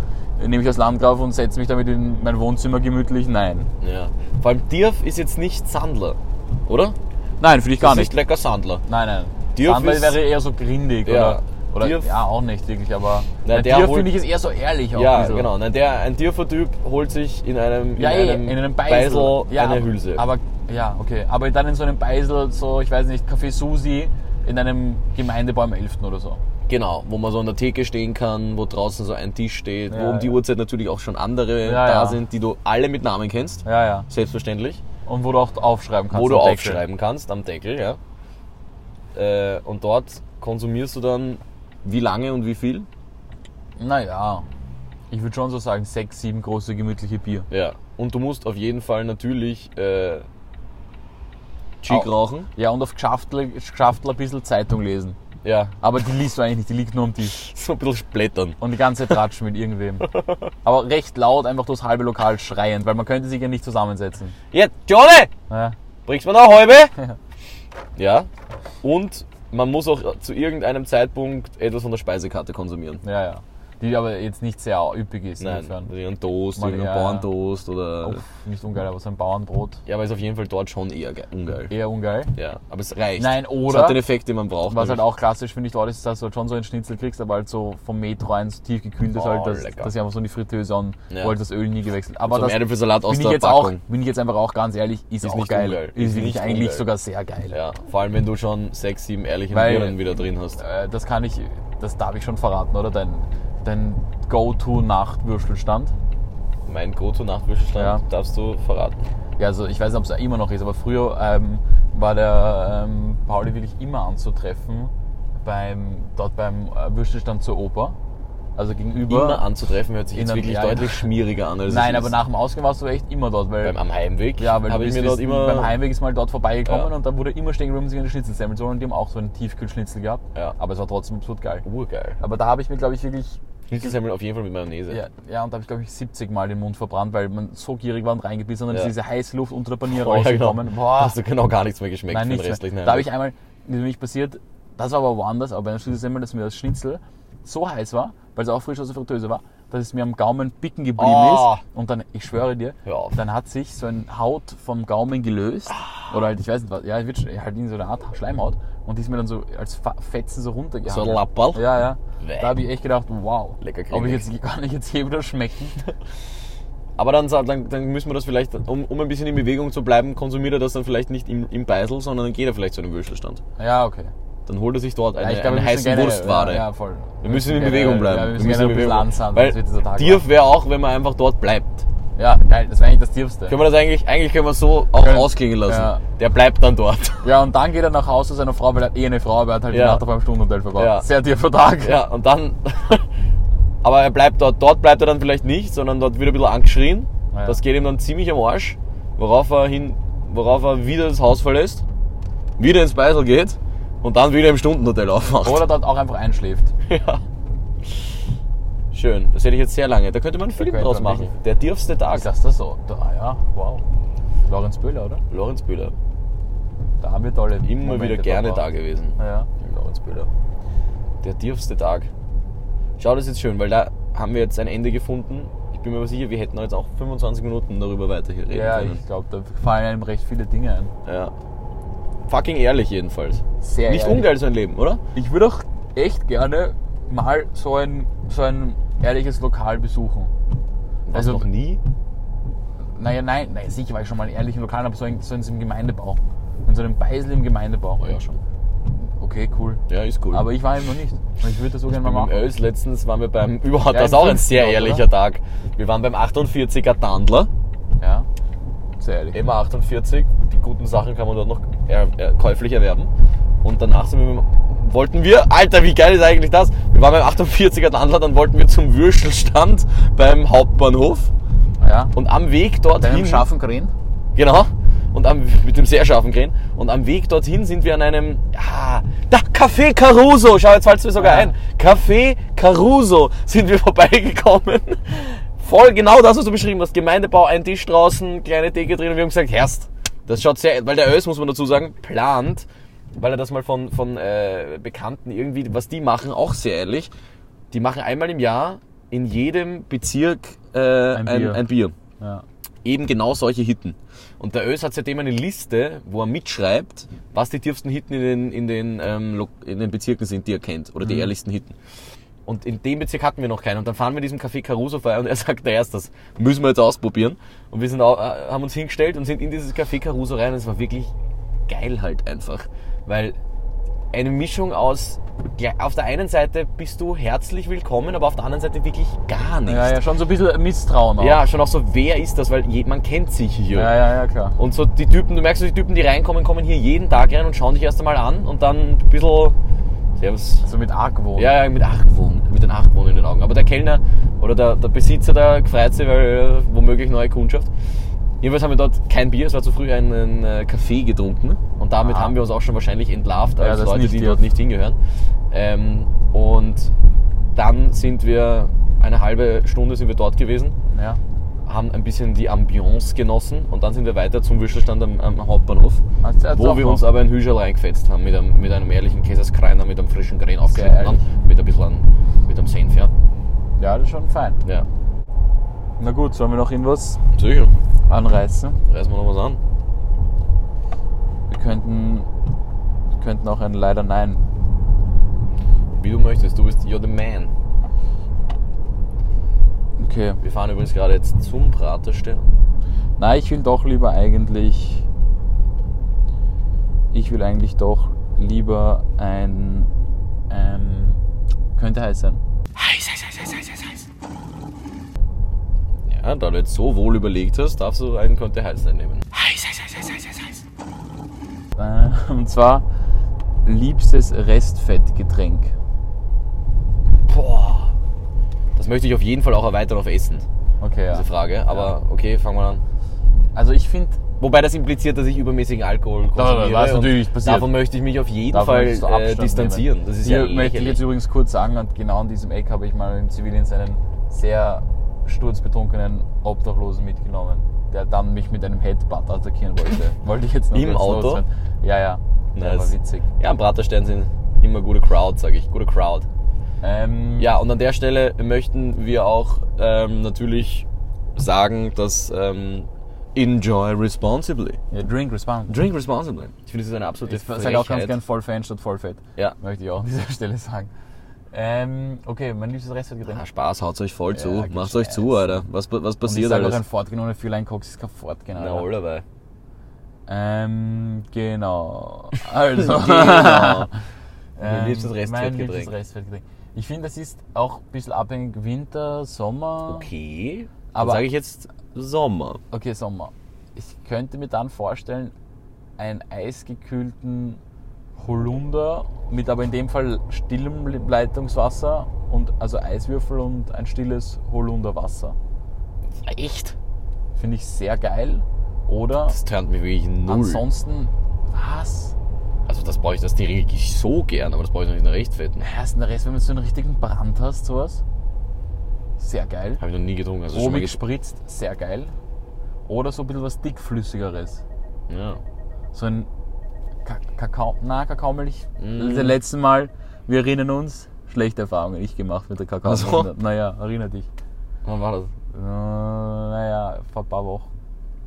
Nehme ich das Landgraf und setze mich damit in mein Wohnzimmer gemütlich? Nein. Ja. Vor allem Dirf ist jetzt nicht Sandler, oder? Nein, finde ich gar ist nicht. nicht lecker Sandler. Nein, nein. Dirf Sandwell ist- wäre eher so grindig, Ja, oder? Oder Dirf- ja, auch nicht wirklich, aber. Na, Na, der Dirf holt- finde ich ist eher so ehrlich auch. ein Ja, bisschen. genau. Nein, der, ein Dirfer-Typ holt sich in einem, also Ja, in eh, einem, in einem Beisel, ja, eine aber- Hülse. Aber ja, okay. Aber dann in so einem Beisel, so, ich weiß nicht, Café Susi in einem Gemeindebau am 11. oder so. genau, wo man so an der Theke stehen kann, wo draußen so ein Tisch steht, wo Ja, um die ja. Uhrzeit natürlich auch schon andere Ja, da ja. sind, die du alle mit Namen kennst, Ja, ja. selbstverständlich, Und wo du auch aufschreiben kannst. wo du am Deckel. aufschreiben kannst am Deckel, ja. Äh, und dort konsumierst du dann wie lange und wie viel? Naja. Ich würde schon so sagen, sechs, sieben große gemütliche Bier. Ja. Und du musst auf jeden Fall natürlich äh, Cheek Au. rauchen. Ja, und auf Geschaftler, Geschaftler ein bisschen Zeitung lesen. Ja. Aber die liest du eigentlich nicht, die liegt nur am Tisch. So ein bisschen splittern. Und die ganze Tratsch mit irgendwem. Aber recht laut, einfach durchs halbe Lokal schreiend, weil man könnte sich ja nicht zusammensetzen. Ne? Jetzt, Johnny! Ja. Bringst mir noch eine halbe? ja. Und man muss auch zu irgendeinem Zeitpunkt etwas von der Speisekarte konsumieren. Ja, ja. Die aber jetzt nicht sehr üppig ist. Nein, Insofern. irgendein Toast, Man- irgendein ja, ja. Bauerntoast oder. Uff, nicht ungeil, aber so ein Bauernbrot. Ja, aber ist auf jeden Fall dort schon eher ge- ungeil. Eher ungeil. Ja, aber es reicht. Nein, Es oder, hat den Effekt, den man braucht. was halt auch klassisch finde ich dort ist, dass du halt schon so einen Schnitzel kriegst, aber halt so vom Metro ein so tief gekühlt ist Oh, halt, dass, lecker. dass ich einfach so in die Fritteuse und Ja. wo halt das Öl nie gewechselt. Aber aber das das Erdäpfelsalat aus bin ich, der jetzt auch, Packung. bin ich jetzt einfach auch ganz ehrlich, ist, auch nicht geil. ungeil. Ist, Ist wirklich nicht eigentlich ungeil. sogar sehr geil. Ja, vor allem wenn du schon sechs, sieben ehrliche Weil- Birnen wieder drin hast. Äh, das kann ich, das darf ich schon verraten, oder? Dein, dein Go-To-Nachtwürstelstand. Mein Goto-Nachtwürstelstand Ja. darfst du verraten. Ja, also ich weiß nicht, ob es immer noch ist, aber früher ähm, war der ähm, Pauli wirklich immer anzutreffen beim, dort beim äh, Würstelstand zur Oper. Also gegenüber. Immer anzutreffen hört sich In jetzt einem- wirklich ja, ja. deutlich schmieriger an. Als Nein, es aber ist. nach dem Ausgehen warst du echt immer dort, weil. Beim, am Heimweg ja, weil du habe ich bist, mir dort bist immer. beim Heimweg ist mal dort vorbeigekommen Ja. und dann wurde immer stehen geblieben, um sich eine Schnitzelsemmel zu holen und die haben auch so einen Tiefkühlschnitzel gehabt. Ja. Aber es war trotzdem absolut geil. Urgeil. Aber da habe ich mir, glaube ich, wirklich Schnitzelsemmeln auf jeden Fall mit Mayonnaise. Ja, ja, und da habe ich, glaube ich, 70 Mal den Mund verbrannt, weil man so gierig war und reingebissen und dann Ja. ist diese heiße Luft unter der Panier Oh, ja, genau. rausgekommen. Boah. Hast du genau gar nichts mehr geschmeckt Nein, für den nichts mehr. restlichen Da habe ich einmal, das ist nämlich passiert, das war aber woanders, aber bei einer Schnitzel, dass mir das Schnitzel so heiß war, weil es auch frisch aus der Fritteuse war, dass es mir am Gaumen bicken geblieben Ah. ist. Und dann, ich schwöre dir, Hör auf. Ah. dann hat sich so ein Haut vom Gaumen gelöst. Oder halt, ich weiß nicht was, ja, es wird schon- halt in so eine Art Schleimhaut. Und die ist mir dann so als Fa- Fetzen so runtergehangen. So ein Lapperl? Ja, ja. Bäh. Da habe ich echt gedacht, wow. Lecker Ob ich cremig. jetzt, kann ich jetzt je wieder schmecken? Aber dann, sa- dann, dann müssen wir das vielleicht, um, um ein bisschen in Bewegung zu bleiben, konsumiert er das dann vielleicht nicht im, im Beisel, sondern dann geht er vielleicht zu einem Würstelstand. Ja, okay. Dann holt er sich dort Ja, eine, wir eine müssen heiße generell- Wurstware. Ja, ja, voll. Wir müssen in generell- Bewegung bleiben. Ja, wir müssen, gerne ein in bisschen Bewegung anzahlen, Weil sonst wird dieser Tag Dirf wäre auch, wenn man einfach dort bleibt. Ja, geil, das wäre eigentlich das Tiefste. Können wir das eigentlich, eigentlich können wir so auch Können- ausklingen lassen. ja. Der bleibt dann dort. Ja, und dann geht er nach Hause zu seiner Frau, weil er hat eh eine Frau, aber er hat halt Ja. die Nacht auf einem Stundenhotel verbracht. Ja. Sehr tiefer Tag. Ja, und dann, aber er bleibt dort, dort bleibt er dann vielleicht nicht, sondern dort wird er ein bisschen angeschrien. Ah ja. Das geht ihm dann ziemlich am Arsch, worauf er hin, worauf er wieder das Haus verlässt, wieder ins Beisel geht und dann wieder im Stundenhotel aufwacht. Oder dort auch einfach einschläft. Ja. Schön, das hätte ich jetzt sehr lange. Da könnte man einen Film könnte draus man machen. wirklich- Der tiefste Tag. Ist das das so? Da, ah ja, wow. Lorenz Böhler, oder? Lorenz Bühler. Da haben wir tolle Immer Momente wieder gerne da verbracht. gewesen. Ja. Im Lawrenzbilder. Der tiefste Tag. Schau, das ist jetzt schön, weil da haben wir jetzt ein Ende gefunden. Ich bin mir aber sicher, wir hätten jetzt auch 25 Minuten darüber weiter hier reden Ja, ich können. glaube, da fallen einem recht viele Dinge ein. Ja. Fucking ehrlich jedenfalls. Sehr Nicht ehrlich. ungeil sein Leben, oder? Ich würde auch echt gerne mal so ein, so ein ehrliches Lokal besuchen. Warst Also- noch nie? Naja, nein, nein, sicher war ich schon mal in ehrlichen Lokalen, aber so in so in diesem Gemeindebau. In so einem Beisel im Gemeindebau. Oh ja, schon. Okay, cool. Ja, ist cool. Aber ich war eben noch nicht. Und ich würde das so gerne mal Beim machen. Öls letztens waren wir beim, überhaupt, Ja, das ist im auch ein 50er, sehr oder? ehrlicher Tag. Wir waren beim 48er Tandler. Ja. Sehr ehrlich. immer 48. Die guten Sachen kann man dort noch er, er, käuflich erwerben. Und danach sind wir mit, dem- wollten wir, Alter, wie geil ist eigentlich das? Wir waren beim 48er Landler, dann wollten wir zum Würstelstand beim Hauptbahnhof. Ja. Und am Weg dorthin. Deinem scharfen Kren? Genau. Und am, mit dem sehr scharfen Gren. Und am Weg dorthin sind wir an einem. Ah, da, Café Caruso. Schau, jetzt fällt es mir sogar Ja. ein. Café Caruso sind wir vorbeigekommen. Voll genau das, was du beschrieben hast. Gemeindebau, ein Tisch draußen, kleine Theke drin. Und wir haben gesagt, Herst, das schaut sehr. Weil der Ös, muss man dazu sagen, plant. Weil er das mal von, von äh, Bekannten irgendwie, was die machen, auch sehr ehrlich. Die machen einmal im Jahr in jedem Bezirk äh, ein, Bier. Ein, ein Bier Ja. eben genau solche Hitten. Und der Ös hat seitdem eine Liste, wo er mitschreibt, was die tiefsten Hitten in den, in den, ähm, Lo- in den Bezirken sind, die er kennt, oder die Mhm. ehrlichsten Hitten. Und in dem Bezirk hatten wir noch keinen. Und dann fahren wir diesem Café Caruso vorbei und er sagt, naja, das müssen wir jetzt ausprobieren. Und wir sind au- äh, haben uns hingestellt und sind in dieses Café Caruso rein. Und es war wirklich geil halt einfach. Weil eine Mischung aus, ja, auf der einen Seite bist du herzlich willkommen, aber auf der anderen Seite wirklich gar nichts. ja, ja, schon so ein bisschen Misstrauen auch. Ja, schon auch so, wer ist das? Weil je, man kennt sich hier. ja, ja, ja, klar. Und so die Typen, du merkst, so die Typen, die reinkommen, kommen hier jeden Tag rein und schauen dich erst einmal an und dann ein bisschen. Servus. So mit Argwohn. Ja, ja, mit Argwohn, mit den Argwohn in den Augen. Aber der Kellner oder der, der Besitzer, der gefreut sich, weil äh, womöglich neue Kundschaft. Jedenfalls haben wir dort kein Bier, es war zu früh einen äh, Kaffee getrunken und damit Aha. haben wir uns auch schon wahrscheinlich entlarvt Ah. Ja, als das Leute, nicht die hier. dort nicht hingehören. Ähm, und dann sind wir eine halbe Stunde sind wir dort gewesen ja. haben ein bisschen die Ambiance genossen und dann sind wir weiter zum Würstelstand am, am Hauptbahnhof, Hat's- hat's wo auch wir noch. uns aber ein Hüscherl reingefetzt haben mit einem, mit einem ehrlichen Käseskreiner, mit einem frischen Grain aufgeschnitten haben, mit ein bisschen an, mit einem Senf, ja. Ja, das ist schon fein. Ja, Na gut, sollen wir noch irgendwas sicher. anreißen? Reißen wir noch was an. Wir könnten, könnten auch ein leider nein. Wie du möchtest, du bist you're the man. Okay. Wir fahren übrigens gerade jetzt zum Praterstern. Nein, ich will doch lieber eigentlich. Ich will eigentlich doch lieber ein. Ähm, könnte heiß sein. Ja, da du jetzt so wohl überlegt hast, darfst du einen Konter Hals nehmen. Äh, und zwar liebstes Restfettgetränk. Boah. Das möchte ich auf jeden Fall auch erweitern auf Essen, Okay, ja. diese Frage. Aber okay, fangen wir an. Also ich finde, Wobei das impliziert, dass ich übermäßigen Alkohol konsumiere. was und natürlich passiert. Davon möchte ich mich auf jeden Davon Fall möchtest du äh, Abstand distanzieren. nehmen. Das ist Hier ja eh möchte ich jetzt lächerlich. übrigens kurz sagen, und genau an diesem Eck habe ich mal im Zivildienst einen sehr sturzbetrunkenen Obdachlosen mitgenommen, der dann mich mit einem Headbutt attackieren wollte. wollte ich jetzt noch Im kurz Auto? loswerden. Ja, ja. Der Nice. war witzig. Ja, am Praterstern sind immer gute Crowd, sage ich. Gute Crowd. Ähm, Ja, und an der Stelle möchten wir auch ähm, natürlich sagen, dass ähm, enjoy responsibly. ja, Drink Response. Drink responsibly. Ich finde, das ist eine absolute Ich sage auch ganz Frechheit. gern Vollfan statt Vollfett. Ja. Möchte ich auch an dieser Stelle sagen. Ähm, okay, mein liebstes Restwertgetränk. Ah, Spaß, haut euch voll zu. Ja, Macht gescheiß. euch zu, Alter. Was, was Und ich passiert sage auch ein alles? Fortgen für Line Cox ist kein Fortgen. Na, Alter. dabei. Ähm, genau. Also. Genau. Ähm, mein Mein liebstes Restwertgetränk. liebstes Restwertgetränk. Ich finde, das ist auch ein bisschen abhängig Winter, Sommer. Okay. Aber Aber- sage ich jetzt Sommer. Okay, Sommer. Ich könnte mir dann vorstellen, einen eisgekühlten Holunder mit aber in dem Fall stillem Leitungswasser und also Eiswürfel und ein stilles Holunderwasser. Echt? Finde ich sehr geil. Oder Das turnt mich wirklich null. ansonsten, was? Also das brauche ich, das trinke ich so gern, aber das brauche ich noch nicht in recht fetten. Naja, ist denn der Rest, wenn du so einen richtigen Brand hast, sowas? Sehr geil. Habe ich noch nie getrunken. Also schon mal Omi ges- gespritzt, sehr geil. Oder so ein bisschen was dickflüssigeres. ja. So ein Ka Kakao, na, Kakaomilch. Mm. Mhm. Das letzte Mal, wir erinnern uns, schlechte Erfahrungen ich gemacht mit der Kakao. Ach so. Naja, erinner dich. Wann war das? Äh, Naja, vor ein paar Wochen.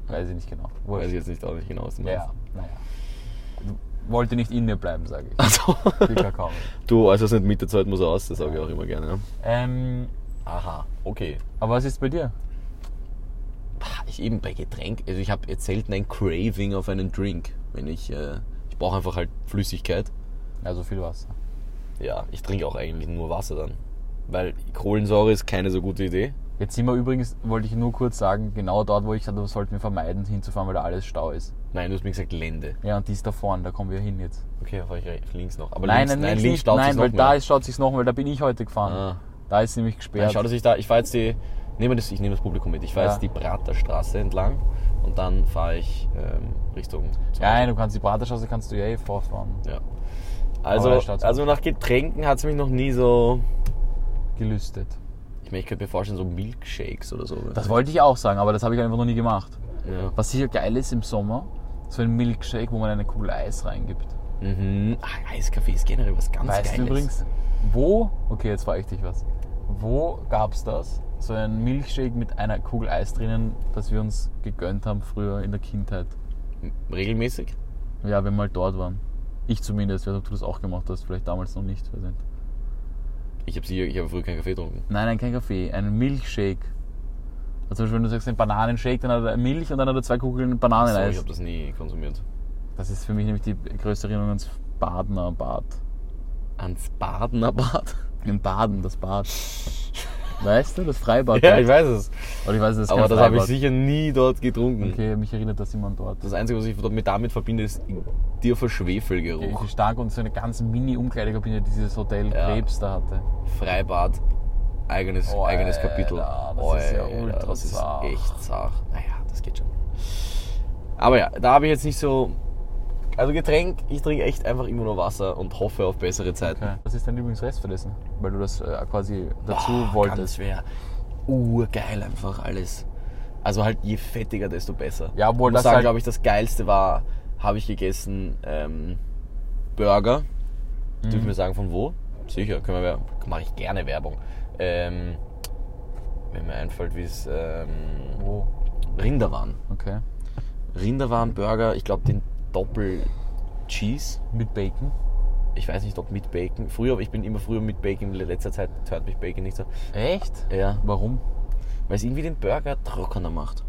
Weiß ich nicht genau. Weiß Wurscht. ich jetzt nicht auch nicht genau, was du meinst. Ja, naja. Wollte nicht in mir bleiben, sage ich. Also, Die Kakaomilch. du, also es nicht mit der Zeit muss er aus, das sage ich auch immer gerne. Ja. Ähm, Aha, okay. aber was ist bei dir? Pah, Ich eben bei Getränk, also ich habe jetzt selten ein Craving auf einen Drink, wenn ich, äh, ich brauche einfach halt Flüssigkeit. Ja, so viel Wasser. Ja, ich trinke auch eigentlich nur Wasser dann, weil Kohlensäure ist keine so gute Idee. Jetzt sind wir übrigens, wollte ich nur kurz sagen, genau dort, wo ich sagte, das sollten wir vermeiden, hinzufahren, weil da alles Stau ist. Nein, du hast mir gesagt Lände. Ja, und die ist da vorne, da kommen wir hin jetzt. Okay, dann fahre ich rechts- links noch. Aber nein, links, nein, nein, links links nicht. staut nein, sich's noch weil da mehr. ist, schaut sich's noch, weil da bin ich heute gefahren. Ah. Da ist nämlich Nein, gesperrt. schau, dass ich da, ich fahre jetzt die, nehme das, ich nehme das Publikum mit. Ich fahre Ja. jetzt die Praterstraße entlang und dann fahre ich ähm, Richtung. zu nein, Hause. du kannst die Praterstraße kannst du ja eh vorfahren. Ja. Aber da Also, staut's also nach Getränken hat es mich noch nie so. Gelüstet. Ich meine, ich könnte mir vorstellen, so Milkshakes oder so. Das wollte ich auch sagen, aber das habe ich einfach noch nie gemacht. ja. Was sicher geil ist im Sommer, so ein Milkshake, wo man eine Kugel Eis reingibt. Mhm. Ah, Eiskaffee ist generell was ganz Weißt du Geiles. übrigens, wo, okay, jetzt frage ich dich was, wo gab's das, so einen Milchshake mit einer Kugel Eis drinnen, das wir uns gegönnt haben früher in der Kindheit? Regelmäßig? Ja, wenn wir mal dort waren. Ich zumindest, ich weiß nicht, ob du das auch gemacht hast, vielleicht damals noch nicht. Weiß nicht. Ich habe ich habe früher keinen Kaffee getrunken. Nein, nein, kein Kaffee, ein Milchshake. Also zum Beispiel, wenn du sagst, ein Bananenshake, dann hat er Milch und dann hat er zwei Kugeln So, Bananeneis. ich habe das nie konsumiert. das ist für mich nämlich die größte Erinnerung ans Badener Bad. Ans Badener Bad? Im Baden, das Bad. Weißt du, das Freibad. Ja, ich weiß es. Aber ich weiß, das ist Aber kein das habe ich Freibad. sicher nie dort getrunken. Okay, mich erinnert das jemand dort. Das Einzige, was ich damit, damit verbinde, ist tiefer Schwefelgeruch. Richtig stark und so eine ganz Mini-Umkleidekabine, die dieses Hotel Ja. Krebs da hatte. Freibad, eigenes, Oh, eigenes Alter, Kapitel. das Oh, ist ja Alter, ultra Das ist zart. echt zart. Naja, das geht schon. Aber ja, da habe ich jetzt nicht so. Also Getränk, ich trinke echt einfach immer nur Wasser und hoffe auf bessere Zeiten. Okay. Was ist dein Lieblingsrestverdessen? Weil du das äh, quasi dazu Boah, Ah, Ganz wolltest. schwer. Urgeil einfach alles. Also halt je fettiger, desto besser. Ja, obwohl ich muss das sagen, halt- glaube ich, das Geilste war, habe ich gegessen ähm, Burger. Mhm. Dürfen wir sagen von wo? Sicher, können wir mache ich gerne Werbung. Ähm, wenn mir einfällt, wie es ähm, Oh, Rinderwaren. okay. Rinderwaren Burger, ich glaube den Doppel Cheese. Mit Bacon? Ich weiß nicht, ob mit Bacon. Früher, ich bin immer früher mit Bacon. In letzter Zeit hört mich Bacon nicht so. Echt? Ja. Warum? Weil es irgendwie den Burger trockener macht.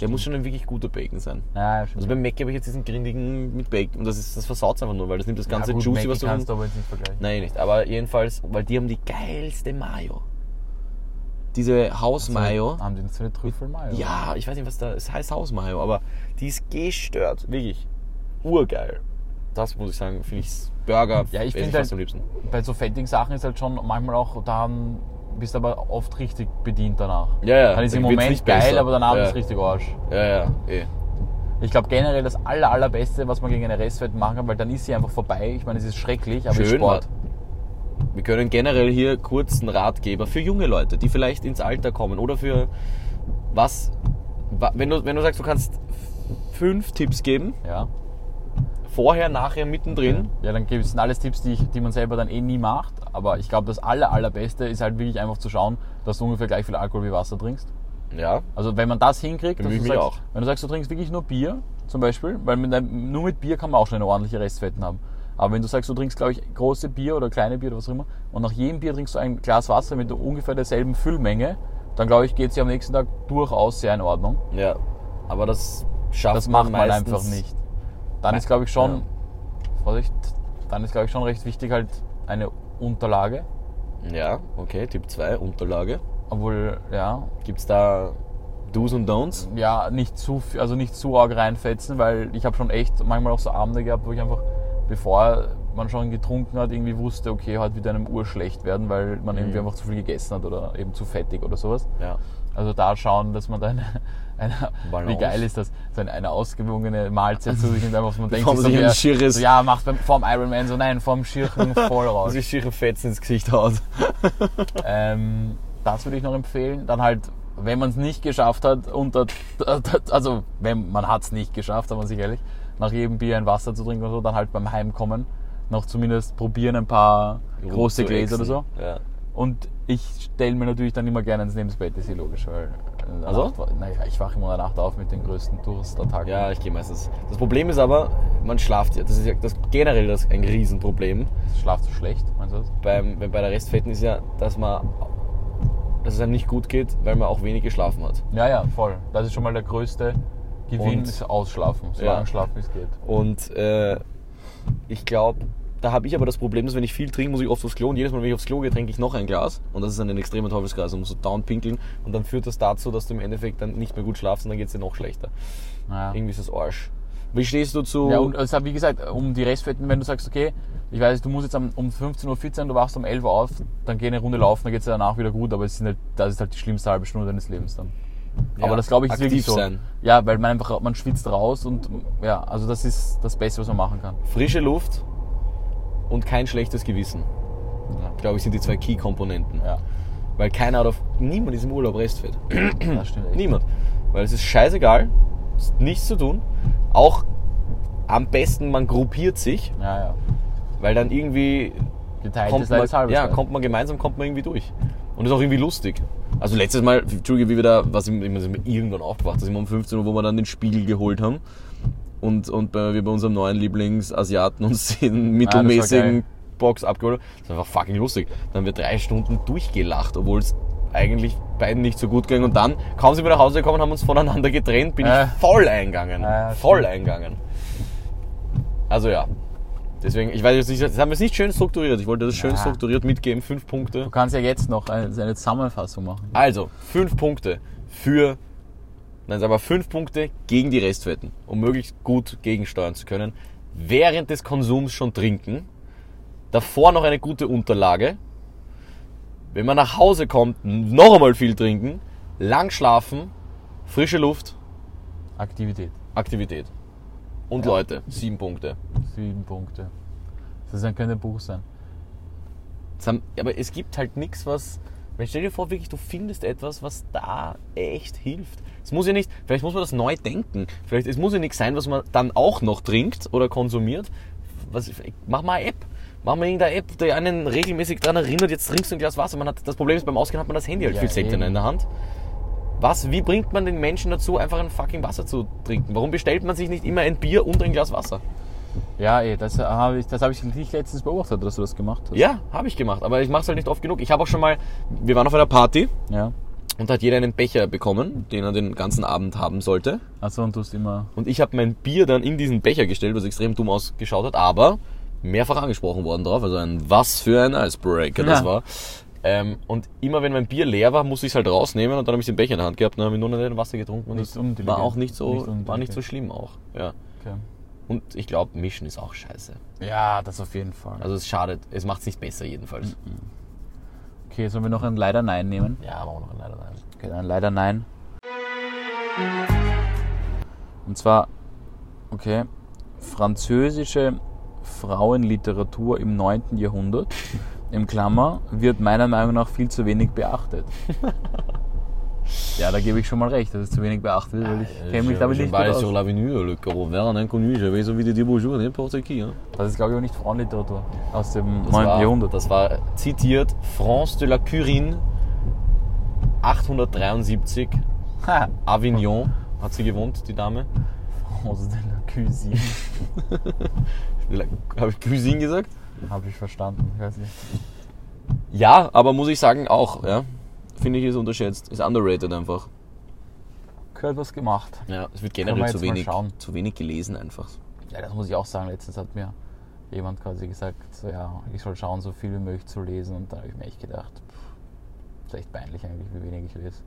Der muss schon ein wirklich guter Bacon sein. Ja, schon. Also beim Mac habe ich jetzt diesen grindigen mit Bacon und das, ist- das versaut einfach nur, weil das nimmt das ganze ja, gut, Juicy, Mackey was du kannst du aber jetzt nicht vergleichen. Nein, nicht. Aber jedenfalls, weil die haben die geilste Mayo. Diese Hausmayo. Haben die nicht so eine Trüffelmayo? Ja, ich weiß nicht, was da. Es heißt Hausmayo, aber die ist gestört. Wirklich. Urgeil. Das muss ich sagen, finde ich Burger. Ja, ich esse finde fast halt- am liebsten. Bei so fettigen Sachen ist halt schon manchmal auch dann bist aber oft richtig bedient danach. Ja, ja, Dann ist dann im wird's Moment nicht geil, besser. aber danach Ja. ist es richtig Arsch. Ja, ja, eh. Ich glaube generell das aller, allerbeste, was man gegen eine Restwelt machen kann, weil dann ist sie einfach vorbei. Ich meine, es ist schrecklich, aber es ist Schön, Sport. Wir können generell hier kurz einen Ratgeber für junge Leute, die vielleicht ins Alter kommen oder für was, wa- wenn du, wenn du sagst, du kannst fünf Tipps geben, Ja. vorher, nachher, mittendrin. Ja, dann gibt es alles Tipps, die, ich, die man selber dann eh nie macht. Aber ich glaube, das aller, allerbeste ist halt wirklich einfach zu schauen, dass du ungefähr gleich viel Alkohol wie Wasser trinkst. Ja. Also wenn man das hinkriegt, dass Bemühe du ich mich sagst, auch. wenn du sagst, du trinkst wirklich nur Bier zum Beispiel, weil mit einem, nur mit Bier kann man auch schon eine ordentliche Restfetten haben. Aber wenn du sagst, du trinkst, glaube ich, große Bier oder kleine Bier oder was auch immer, und nach jedem Bier trinkst du ein Glas Wasser mit ungefähr derselben Füllmenge, dann glaube ich, geht es dir am nächsten Tag durchaus sehr in Ordnung. Ja. Aber das schafft Das macht man meistens- einfach nicht. Dann ist, glaube ich, schon, Ja. Vorsicht, dann ist, glaube ich, schon recht wichtig halt eine Unterlage. Ja, okay, Tipp 2, Unterlage. Obwohl, ja, Gibt's da Do's und Don'ts? ja, nicht zu, viel- also nicht zu arg reinfetzen, weil ich habe schon echt manchmal auch so Abende gehabt, wo ich einfach, bevor man schon getrunken hat, irgendwie wusste, okay, heute wird einem Uhr schlecht werden, weil man irgendwie einfach zu viel gegessen hat oder eben zu fettig oder sowas. Ja. Also da schauen, dass man dann eine, Balance. wie geil ist das, so eine, eine ausgewogene Mahlzeit zu sich nimmt, einfach, was man denkt, Bevor man so, sich ein ja, schieres- so, ja, macht beim, vorm Ironman so, nein, vorm Schirchen voll raus. Sich schiere Fetzen ins Gesicht haut. Ähm, das würde ich noch empfehlen. Dann halt, wenn man es nicht geschafft hat, unter, also wenn man hat es nicht geschafft, sagen wir sich ehrlich, nach jedem Bier ein Wasser zu trinken oder so, dann halt beim Heimkommen noch zumindest probieren ein paar große Gläser oder so. Ja. Und ich stelle mir natürlich dann immer gerne ins Nebensbett, ist ja logisch, weil in der Also? Nacht, naja, ich wache immer in der Nacht auf mit den größten Durstattacken. Ja, ich gehe meistens. Das Problem ist aber, man schlaft ja. Das ist ja das, generell das, ein Riesenproblem. Ich schlafe zu schlecht, meinst du das? Beim, bei bei der Restfetten ist ja, dass man dass es einem nicht gut geht, weil man auch wenig geschlafen hat. Ja, ja, voll. Das ist schon mal der größte Gewinn, Und- ist ausschlafen. So Ja. lange schlafen, wie es geht. Und äh, ich glaube, da habe ich aber das Problem, dass wenn ich viel trinke, muss ich oft aufs Klo und jedes Mal, wenn ich aufs Klo gehe, trinke ich noch ein Glas und das ist dann ein extremer Teufelskreis. Man muss so downpinkeln und dann führt das dazu, dass du im Endeffekt dann nicht mehr gut schlafst und dann geht es dir noch schlechter. Naja. Irgendwie ist das Arsch. Wie stehst du zu... Ja, und es hat, wie gesagt, um die Restfetten, wenn du sagst, okay, ich weiß, du musst jetzt am- um 15.14 Uhr, du wachst um 11 Uhr auf, dann geh eine Runde laufen, dann geht es dir danach wieder gut, aber es sind halt, das ist halt die schlimmste halbe Stunde deines Lebens dann. Ja, aber das glaube ich ist aktiv wirklich so. sein. Ja, weil man einfach, man schwitzt raus und ja, also das ist das Beste, was man machen kann. frische Luft und kein schlechtes Gewissen. Ja. Glaube ich, sind die zwei Key-Komponenten. Ja, Weil keiner hat auf. Niemand ist im Urlaub restfit. das stimmt echt. Niemand. Weil es ist scheißegal, es ist nichts zu tun. Auch am besten man gruppiert sich, Ja, ja. weil dann irgendwie Geteilt kommt ist leider das man, halbe ja, Schwein. kommt man gemeinsam, kommt man irgendwie durch. Und ist auch irgendwie lustig. Also letztes Mal, Entschuldige, wie wir da, was ich, ich meine, sind wir irgendwann aufgewacht, da sind wir um 15 Uhr, wo wir dann den Spiegel geholt haben. Und, und bei, wir bei unserem neuen Lieblingsasiaten uns den Ah, war mittelmäßigen geil. Box abgeholt haben. Das war einfach fucking lustig. Dann haben wir drei Stunden durchgelacht, obwohl es eigentlich beiden nicht so gut ging. Und dann, kaum sind wir nach Hause gekommen, haben uns voneinander getrennt, bin Äh. Ah, ich voll eingegangen. Ja, ja, voll stimmt. eingegangen. Also ja, Deswegen, ich weiß jetzt nicht, das haben wir jetzt nicht schön strukturiert. Ich wollte das schön Na. strukturiert mitgeben. Fünf Punkte. Du kannst ja jetzt noch eine, eine Zusammenfassung machen. Also, fünf Punkte für, nein, sagen wir fünf Punkte gegen die Restwetten, um möglichst gut gegensteuern zu können. Während des Konsums schon trinken. Davor noch eine gute Unterlage. Wenn man nach Hause kommt, noch einmal viel trinken. Lang schlafen. Frische Luft. Aktivität. Aktivität. Und Leute, sieben Punkte. Sieben Punkte. Das dann könnte ein Buch sein. Das haben- Aber es gibt halt nichts, was. Weil stell dir vor, wirklich, du findest etwas, was da echt hilft. Es muss ja nicht, vielleicht muss man das neu denken. Vielleicht, es muss ja nichts sein, was man dann auch noch trinkt oder konsumiert. Was, mach mal eine App. Mach mal irgendeine App, die einen regelmäßig daran erinnert, jetzt trinkst du ein Glas Wasser. Man hat, das Problem ist, beim Ausgehen hat man das Handy halt Ja, viel seltener eben. in der Hand. Was, wie bringt man den Menschen dazu, einfach ein fucking Wasser zu trinken? Warum bestellt man sich nicht immer ein Bier und ein Glas Wasser? Ja, ey, das habe ich, das habe ich nicht letztens beobachtet, dass du das gemacht hast. Ja, habe ich gemacht, aber ich mache es halt nicht oft genug. Ich habe auch schon mal, wir waren auf einer Party Ja. Und da hat jeder einen Becher bekommen, den er den ganzen Abend haben sollte. Achso, und du hast immer Und ich habe mein Bier dann in diesen Becher gestellt, was extrem dumm ausgeschaut hat, aber mehrfach angesprochen worden drauf. Also ein was für ein Icebreaker das Ja. war. Ähm, und immer wenn mein Bier leer war, musste ich es halt rausnehmen und dann habe ich den Becher in der Hand gehabt und dann habe ich nur noch den Wasser getrunken und Nicht das unintelligent. war auch nicht so, Nicht unintelligent. war nicht so schlimm auch. Ja. Okay. Und ich glaube, Mischen ist auch scheiße. Ja, das auf jeden Fall. Also es schadet, es macht es nicht besser jedenfalls. Okay, sollen wir noch ein Leider Nein nehmen? Mhm. Ja, machen wir noch leider nein. Okay, dann leider nein. Und zwar, okay, französische Frauenliteratur im 9. Jahrhundert, im Klammer, wird meiner Meinung nach viel zu wenig beachtet. Ja, da gebe ich schon mal recht, dass es zu wenig beachtet wird, weil ich kenne mich damit nicht gut Ball sur aus. l'avenue, le Corovin, inconnu, j'avais envie de dire bonjour, n'importe qui. Hein. Das ist, glaube ich, auch nicht Frauenliteratur aus dem Das 9. war- Jahrhundert. Das war zitiert France de la Curin 873. Ha, Avignon hat sie gewohnt, die Dame. aus der Cuisine. Habe ich Cuisine gesagt? Habe ich verstanden, ich weiß nicht. Ja, aber muss ich sagen, auch. Ja. Finde ich, ist unterschätzt. Ist underrated einfach. Gehört was gemacht. Ja, es wird Können wir generell jetzt zu mal wenig, schauen. zu wenig gelesen einfach. Ja, das muss ich auch sagen. Letztens hat mir jemand quasi gesagt, so, ja, ich soll schauen, so viel wie möglich zu lesen. Und da habe ich mir echt gedacht, pff, ist echt peinlich eigentlich, wie wenig ich lese.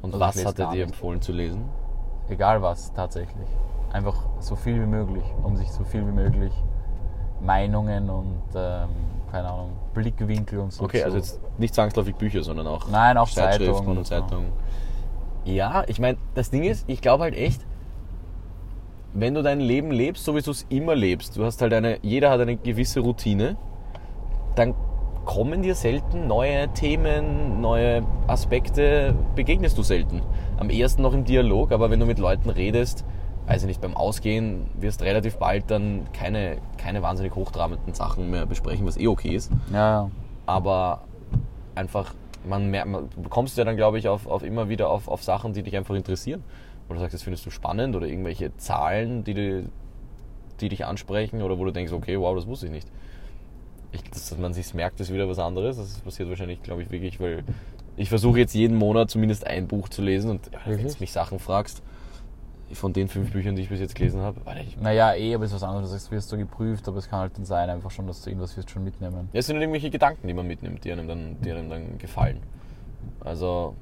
Und Also ich was lese hat er gar dir nicht. empfohlen zu lesen? Egal was, tatsächlich. Einfach so viel wie möglich, um sich so viel wie möglich Meinungen und, ähm, keine Ahnung, Blickwinkel und so Okay, zu... also jetzt nicht zwangsläufig Bücher, sondern auch, Nein, auch Zeitschriften Zeitungen und und so. Zeitungen. Ja, ich meine, das Ding ist, ich glaube halt echt, wenn du dein Leben lebst, so wie du es immer lebst, du hast halt eine, jeder hat eine gewisse Routine, dann kommen dir selten neue Themen, neue Aspekte, begegnest du selten. Am ehesten noch im Dialog, aber wenn du mit Leuten redest, weiß ich nicht, beim Ausgehen wirst relativ bald dann keine, keine wahnsinnig hochtrabenden Sachen mehr besprechen, was eh okay ist Ja, ja. aber einfach, man, mer- man du kommst ja dann, glaube ich, auf, auf immer wieder auf, auf Sachen, die dich einfach interessieren. Wo du sagst, das findest du spannend oder irgendwelche Zahlen, die, du- die dich ansprechen oder wo du denkst, okay, wow, das wusste ich nicht. Ich, dass dass man sich merkt, ist wieder was anderes. Das passiert wahrscheinlich, glaube ich, wirklich, weil ich versuche jetzt jeden Monat zumindest ein Buch zu lesen und ja, wenn du Wirklich? mich Sachen fragst, von den fünf Büchern, die ich bis jetzt gelesen habe, Alter, ich Naja, eh, aber es ist was anderes. Das wirst du geprüft, aber es kann halt dann sein, einfach schon, dass du irgendwas wirst schon mitnehmen. Ja, es sind irgendwelche Gedanken, die man mitnimmt, die einem dann, die einem dann gefallen. Also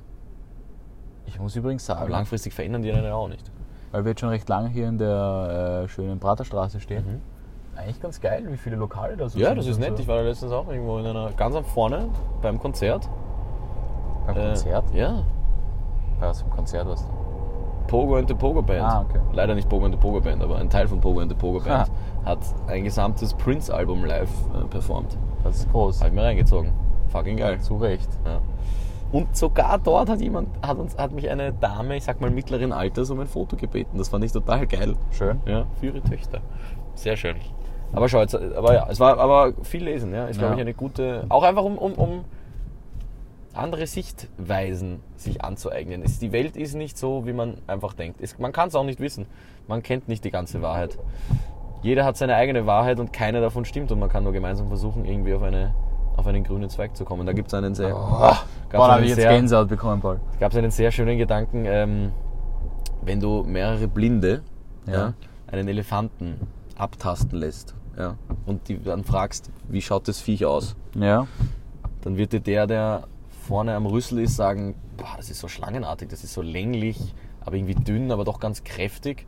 Ich muss übrigens aber sagen, langfristig verändern die einen ja auch nicht. weil wir jetzt schon recht lange hier in der äh, schönen Praterstraße stehen. Eigentlich ganz geil, wie viele Lokale da so Mhm. Ja, sind. das ist und nett. So. Ich war da letztens auch irgendwo in einer ganz am vorne beim Konzert. Beim Konzert? Äh, ja. Bei was im Konzert warst du? Pogo and the Pogo Band. Ah, okay. Leider nicht Pogo and the Pogo Band, aber ein Teil von Pogo and the Pogo Band hat ein gesamtes Prince-Album live äh, performt. Das ist groß. Hab ich mir reingezogen. Fucking geil. Zu Recht. Ja. Und sogar dort hat jemand, hat uns, hat mich eine Dame, ich sag mal mittleren Alters, um ein Foto gebeten. Das fand ich total geil. Schön. Ja, für ihre Töchter. Sehr schön. Aber schau, jetzt, aber ja, es war aber viel lesen, ja. Ist, glaube Ja. ich, eine gute. Auch einfach um, um, um andere Sichtweisen sich anzueignen. Es, die Welt ist nicht so, wie man einfach denkt. Es, man kann es auch nicht wissen. Man kennt nicht die ganze Wahrheit. Jeder hat seine eigene Wahrheit und keine davon stimmt. Und man kann nur gemeinsam versuchen, irgendwie auf, eine, auf einen grünen Zweig zu kommen. Da gibt es einen sehr. Oh, Boah, da habe ich einen jetzt sehr, Gänsehaut bekommen, Paul. gab es einen sehr schönen Gedanken, ähm, wenn du mehrere Blinde ja. Ja. einen Elefanten abtasten lässt ja, und die dann fragst, wie schaut das Viech aus, Ja. dann wird dir der, der vorne am Rüssel ist, sagen, boah, das ist so schlangenartig, das ist so länglich, aber irgendwie dünn, aber doch ganz kräftig.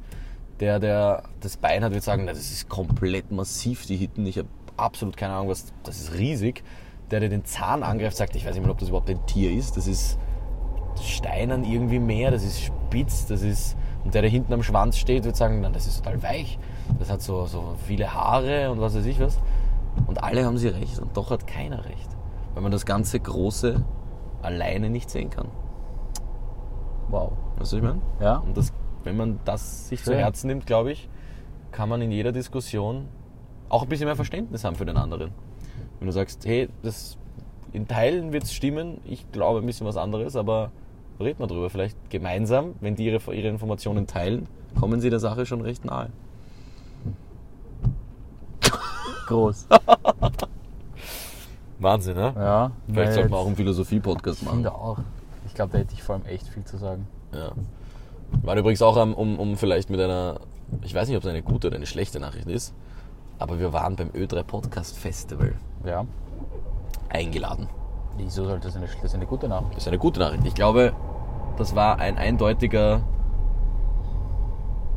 Der, der das Bein hat, wird sagen, na, das ist komplett massiv, die Hitten, ich habe absolut keine Ahnung, was, das ist riesig. Der, der den Zahn angreift, sagt, ich weiß nicht mal, ob das überhaupt ein Tier ist, das ist steinern irgendwie mehr, das ist spitz, das ist. Und der, der hinten am Schwanz steht, wird sagen, nein, das ist total weich. Das hat so, so viele Haare und was weiß ich was. Und alle haben sie recht und doch hat keiner recht. Weil man das ganze Große alleine nicht sehen kann. Wow. Weißt du, was ich meine? Ja? Und das, wenn man das sich zu Schön. Herzen nimmt, glaube ich, kann man in jeder Diskussion auch ein bisschen mehr Verständnis haben für den anderen. Wenn du sagst, hey, das, in Teilen wird es stimmen, ich glaube ein bisschen was anderes, aber red mal drüber. Vielleicht gemeinsam, wenn die ihre, ihre Informationen teilen, kommen sie der Sache schon recht nahe. Groß. Wahnsinn, ne? Ja. Vielleicht sollte man auch jetzt- einen Philosophie-Podcast Ich machen. finde auch. Ich glaube, da hätte ich vor allem echt viel zu sagen. Ja. War übrigens auch, am- um, um vielleicht mit einer, ich weiß nicht, ob es eine gute oder eine schlechte Nachricht ist, aber wir waren beim Ö3 Podcast Festival Ja. eingeladen. Wieso sollte das eine, das ist eine gute Nachricht? Das ist eine gute Nachricht. Ich glaube, das war ein eindeutiger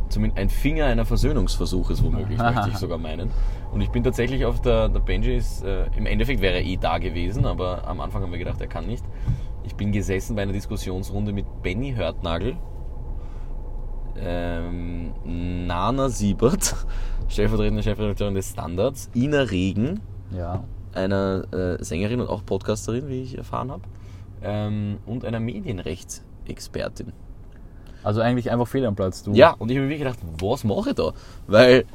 zumindest ein Finger einer Versöhnungsversuch ist womöglich, möchte ich sogar meinen. Und ich bin tatsächlich auf der, der Benji ist, äh, im Endeffekt wäre er eh da gewesen, aber am Anfang haben wir gedacht, er kann nicht. Ich bin gesessen bei einer Diskussionsrunde mit Benny Hörtnagel, ähm, Nana Siebert, stellvertretende Chefredakteurin des Standards, Ina Regen, Ja. einer äh, Sängerin und auch Podcasterin, wie ich erfahren habe, ähm, und einer Medienrechtsexpertin. Also eigentlich einfach fehl am Platz, du. Ja, und ich habe mir wirklich gedacht, was mache ich da? Weil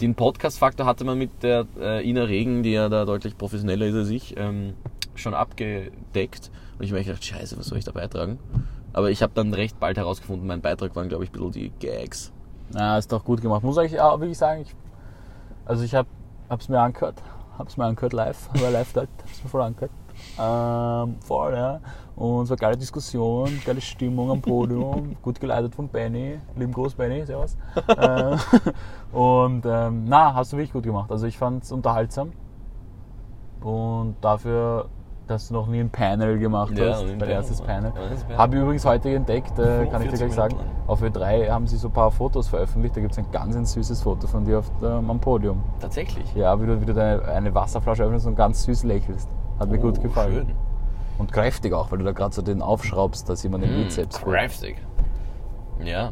den Podcast-Faktor hatte man mit der äh, Ina Regen, die ja da deutlich professioneller ist als ich, ähm, schon abgedeckt. Und ich habe mir gedacht, scheiße, was soll ich da beitragen? Aber ich habe dann recht bald herausgefunden, mein Beitrag waren, glaube ich, ein bisschen die Gags. Na, ist doch gut gemacht. Muss ich auch wirklich sagen, ich, also ich habe es mir angehört. Hab's mir angehört live, war live dort, hab's mir voll angehört. Ähm, voll, ja. Und es war geile Diskussion, geile Stimmung am Podium, gut geleitet von Benny, lieben Gruß Benny, servus. ähm, und ähm, na, hast du wirklich gut gemacht. Also ich fand's unterhaltsam. Und dafür, dass du noch nie ein Panel gemacht Ja, hast, und dein ein Panel, erstes ja. Panel. Ja, das wär- Habe ich übrigens heute entdeckt, äh, kann ich dir 45 gleich sagen. Minuten lang. Auf Ö3 haben sie so ein paar Fotos veröffentlicht. Da gibt es ein ganz ein süßes Foto von dir auf, ähm, am Podium. Tatsächlich. Ja, wie du wieder deine, eine Wasserflasche öffnest und ganz süß lächelst. Hat mir gut gefallen. Oh, Schön. Und kräftig auch, weil du da gerade so den aufschraubst, dass jemand den Mm, Bizeps holt. Craftig. Ja.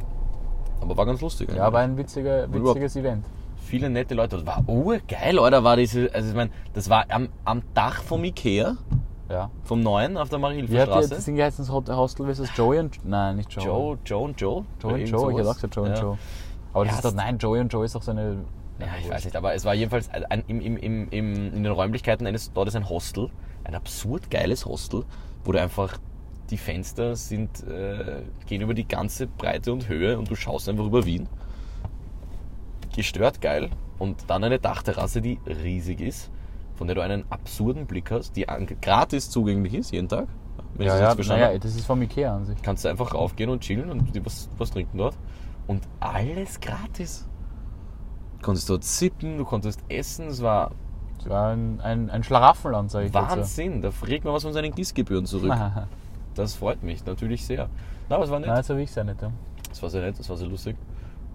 Aber war ganz lustig. Ja, war ein witziger, witziges Event. viele nette Leute. Das war urgeil, oder? War diese, also ich meine, das war am, am Dach vom Ikea, Ja. vom neuen auf der Wie hat die, Marie-Hilfer-Straße. das Ding geheißen, das Hot- Hostel versus Joey und... Nein, nicht Joey. Joe, Joe und Joe? Joey Oder und irgend Joe, ich hätte auch sowas. gesagt Joe und ja. Joe. Aber das Ja, ist doch... das- Nein, Joey und Joe ist doch so eine... Ja, ich weiß nicht, aber es war jedenfalls ein, ein, im, im, im, im, in den Räumlichkeiten eines, dort ist ein Hostel, ein absurd geiles Hostel, wo du einfach die Fenster sind, äh, gehen über die ganze Breite und Höhe und du schaust einfach über Wien. Gestört geil. Und dann eine Dachterrasse, die riesig ist, von der du einen absurden Blick hast, die an- gratis zugänglich ist, jeden Tag. Wenn ich Ja, das ja, richtig verstanden habe naja, das ist vom Ikea an sich. kannst du einfach raufgehen und chillen und die was, was trinken dort. Und alles gratis. Du konntest dort sippen, du konntest essen, es war Das war ein, ein, ein Schlaraffenland, sag ich dazu. Wahnsinn. Da kriegt man was von seinen Gießgebühren zurück. Das freut mich natürlich sehr. Na, aber es war nett. Nein, so wie ich es ja nicht. Ja. Das war sehr nett, das war sehr lustig.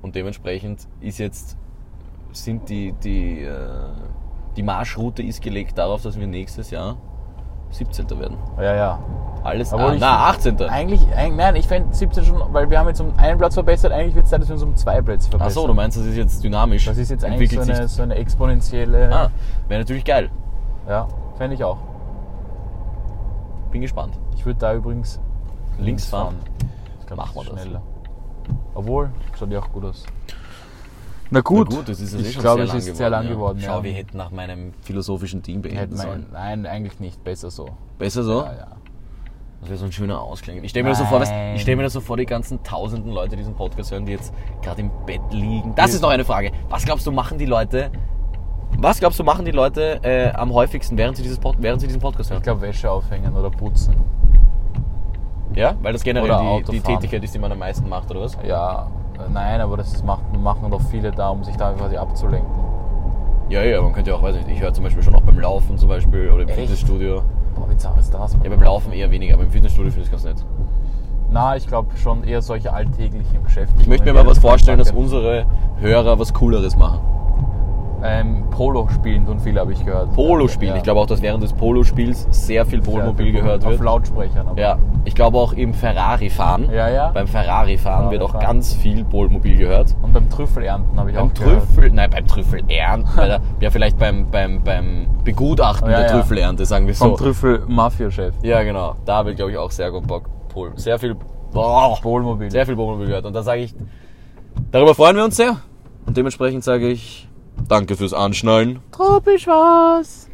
Und dementsprechend ist jetzt, sind die, die, äh, die Marschroute ist gelegt darauf, dass wir nächstes Jahr 17. werden. Ja, ja. Alles, Obwohl ah, ich- na, 18. Eigentlich, eigentlich nein, ich fände 17 schon, weil wir haben jetzt um einen Platz verbessert, eigentlich wird es Zeit, dass wir uns um zwei Plätze verbessern. Achso, du meinst, das ist jetzt dynamisch. das ist jetzt eigentlich so Entwickelt sich eine, so eine exponentielle. Ah, wäre natürlich geil. Ja, fände ich auch. Bin gespannt. Ich würde da übrigens Links fahren. Ich glaub, Machen das wir ist das. schneller. Obwohl, schaut ja auch gut aus. Na gut, Na gut, das ist jetzt eh ich schon glaube, sehr es lang ist sehr lang ja. geworden. Schau, ja. wir hätten nach meinem philosophischen Ding beenden Hätten wir- sollen. Nein, eigentlich nicht. Besser so. Besser so? Ja, ja. Das wäre so ein schöner Ausklang. Ich stelle mir, das so vor, weißt- Nein. ich stell mir das so vor, die ganzen tausenden Leute, die diesen Podcast hören, die jetzt gerade im Bett liegen. Das ist noch eine Frage. Was glaubst du, machen die Leute, was glaubst du, machen die Leute äh, am häufigsten, während sie, dieses Pod, während sie diesen Podcast hören? Ich glaube, Wäsche aufhängen oder putzen. ja, weil das generell Oder die, die Autofahren. Tätigkeit ist, die man am meisten macht, oder was? Ja, äh, nein, aber das macht, machen doch viele da, um sich da quasi abzulenken. Ja, ja, man könnte ja auch, weiß nicht, ich höre zum Beispiel schon auch beim Laufen zum Beispiel oder im Echt? Fitnessstudio. Boah, wie zart ist das? Ja, beim Laufen eher weniger, aber im Fitnessstudio finde ich es ganz nett. Na, ich glaube schon eher solche alltäglichen Geschäfte. Ich möchte mir mal was vorstellen, dass unsere Hörer was Cooleres machen. Ähm, Polo spielen tun viele, habe ich gehört. Polo spielen. Ja. Ich glaube auch, dass während des Polospiels sehr viel Polomobil gehört Auf wird. Lautsprechern. aber- Ja, ich glaube auch im Ferrari fahren. Ja, ja. Beim Ferrari fahren wird auch Ferrari fahren. ganz viel Polomobil gehört. Und beim Trüffelernten habe ich Beim auch gehört. Trüffel, nein, beim Trüffel ernten, bei der, ja vielleicht beim, beim, beim Begutachten Ja, der ja. Trüffelernte, sagen wir Vom so. Trüffel-Mafia-Chef. ja, genau. Da will glaube ich auch sehr gut Bock. Pol sehr viel, boah, Polmobil. sehr viel Polomobil gehört. Und da sage ich, darüber freuen wir uns sehr. Und dementsprechend sage ich, danke fürs Anschnallen. tropisch was.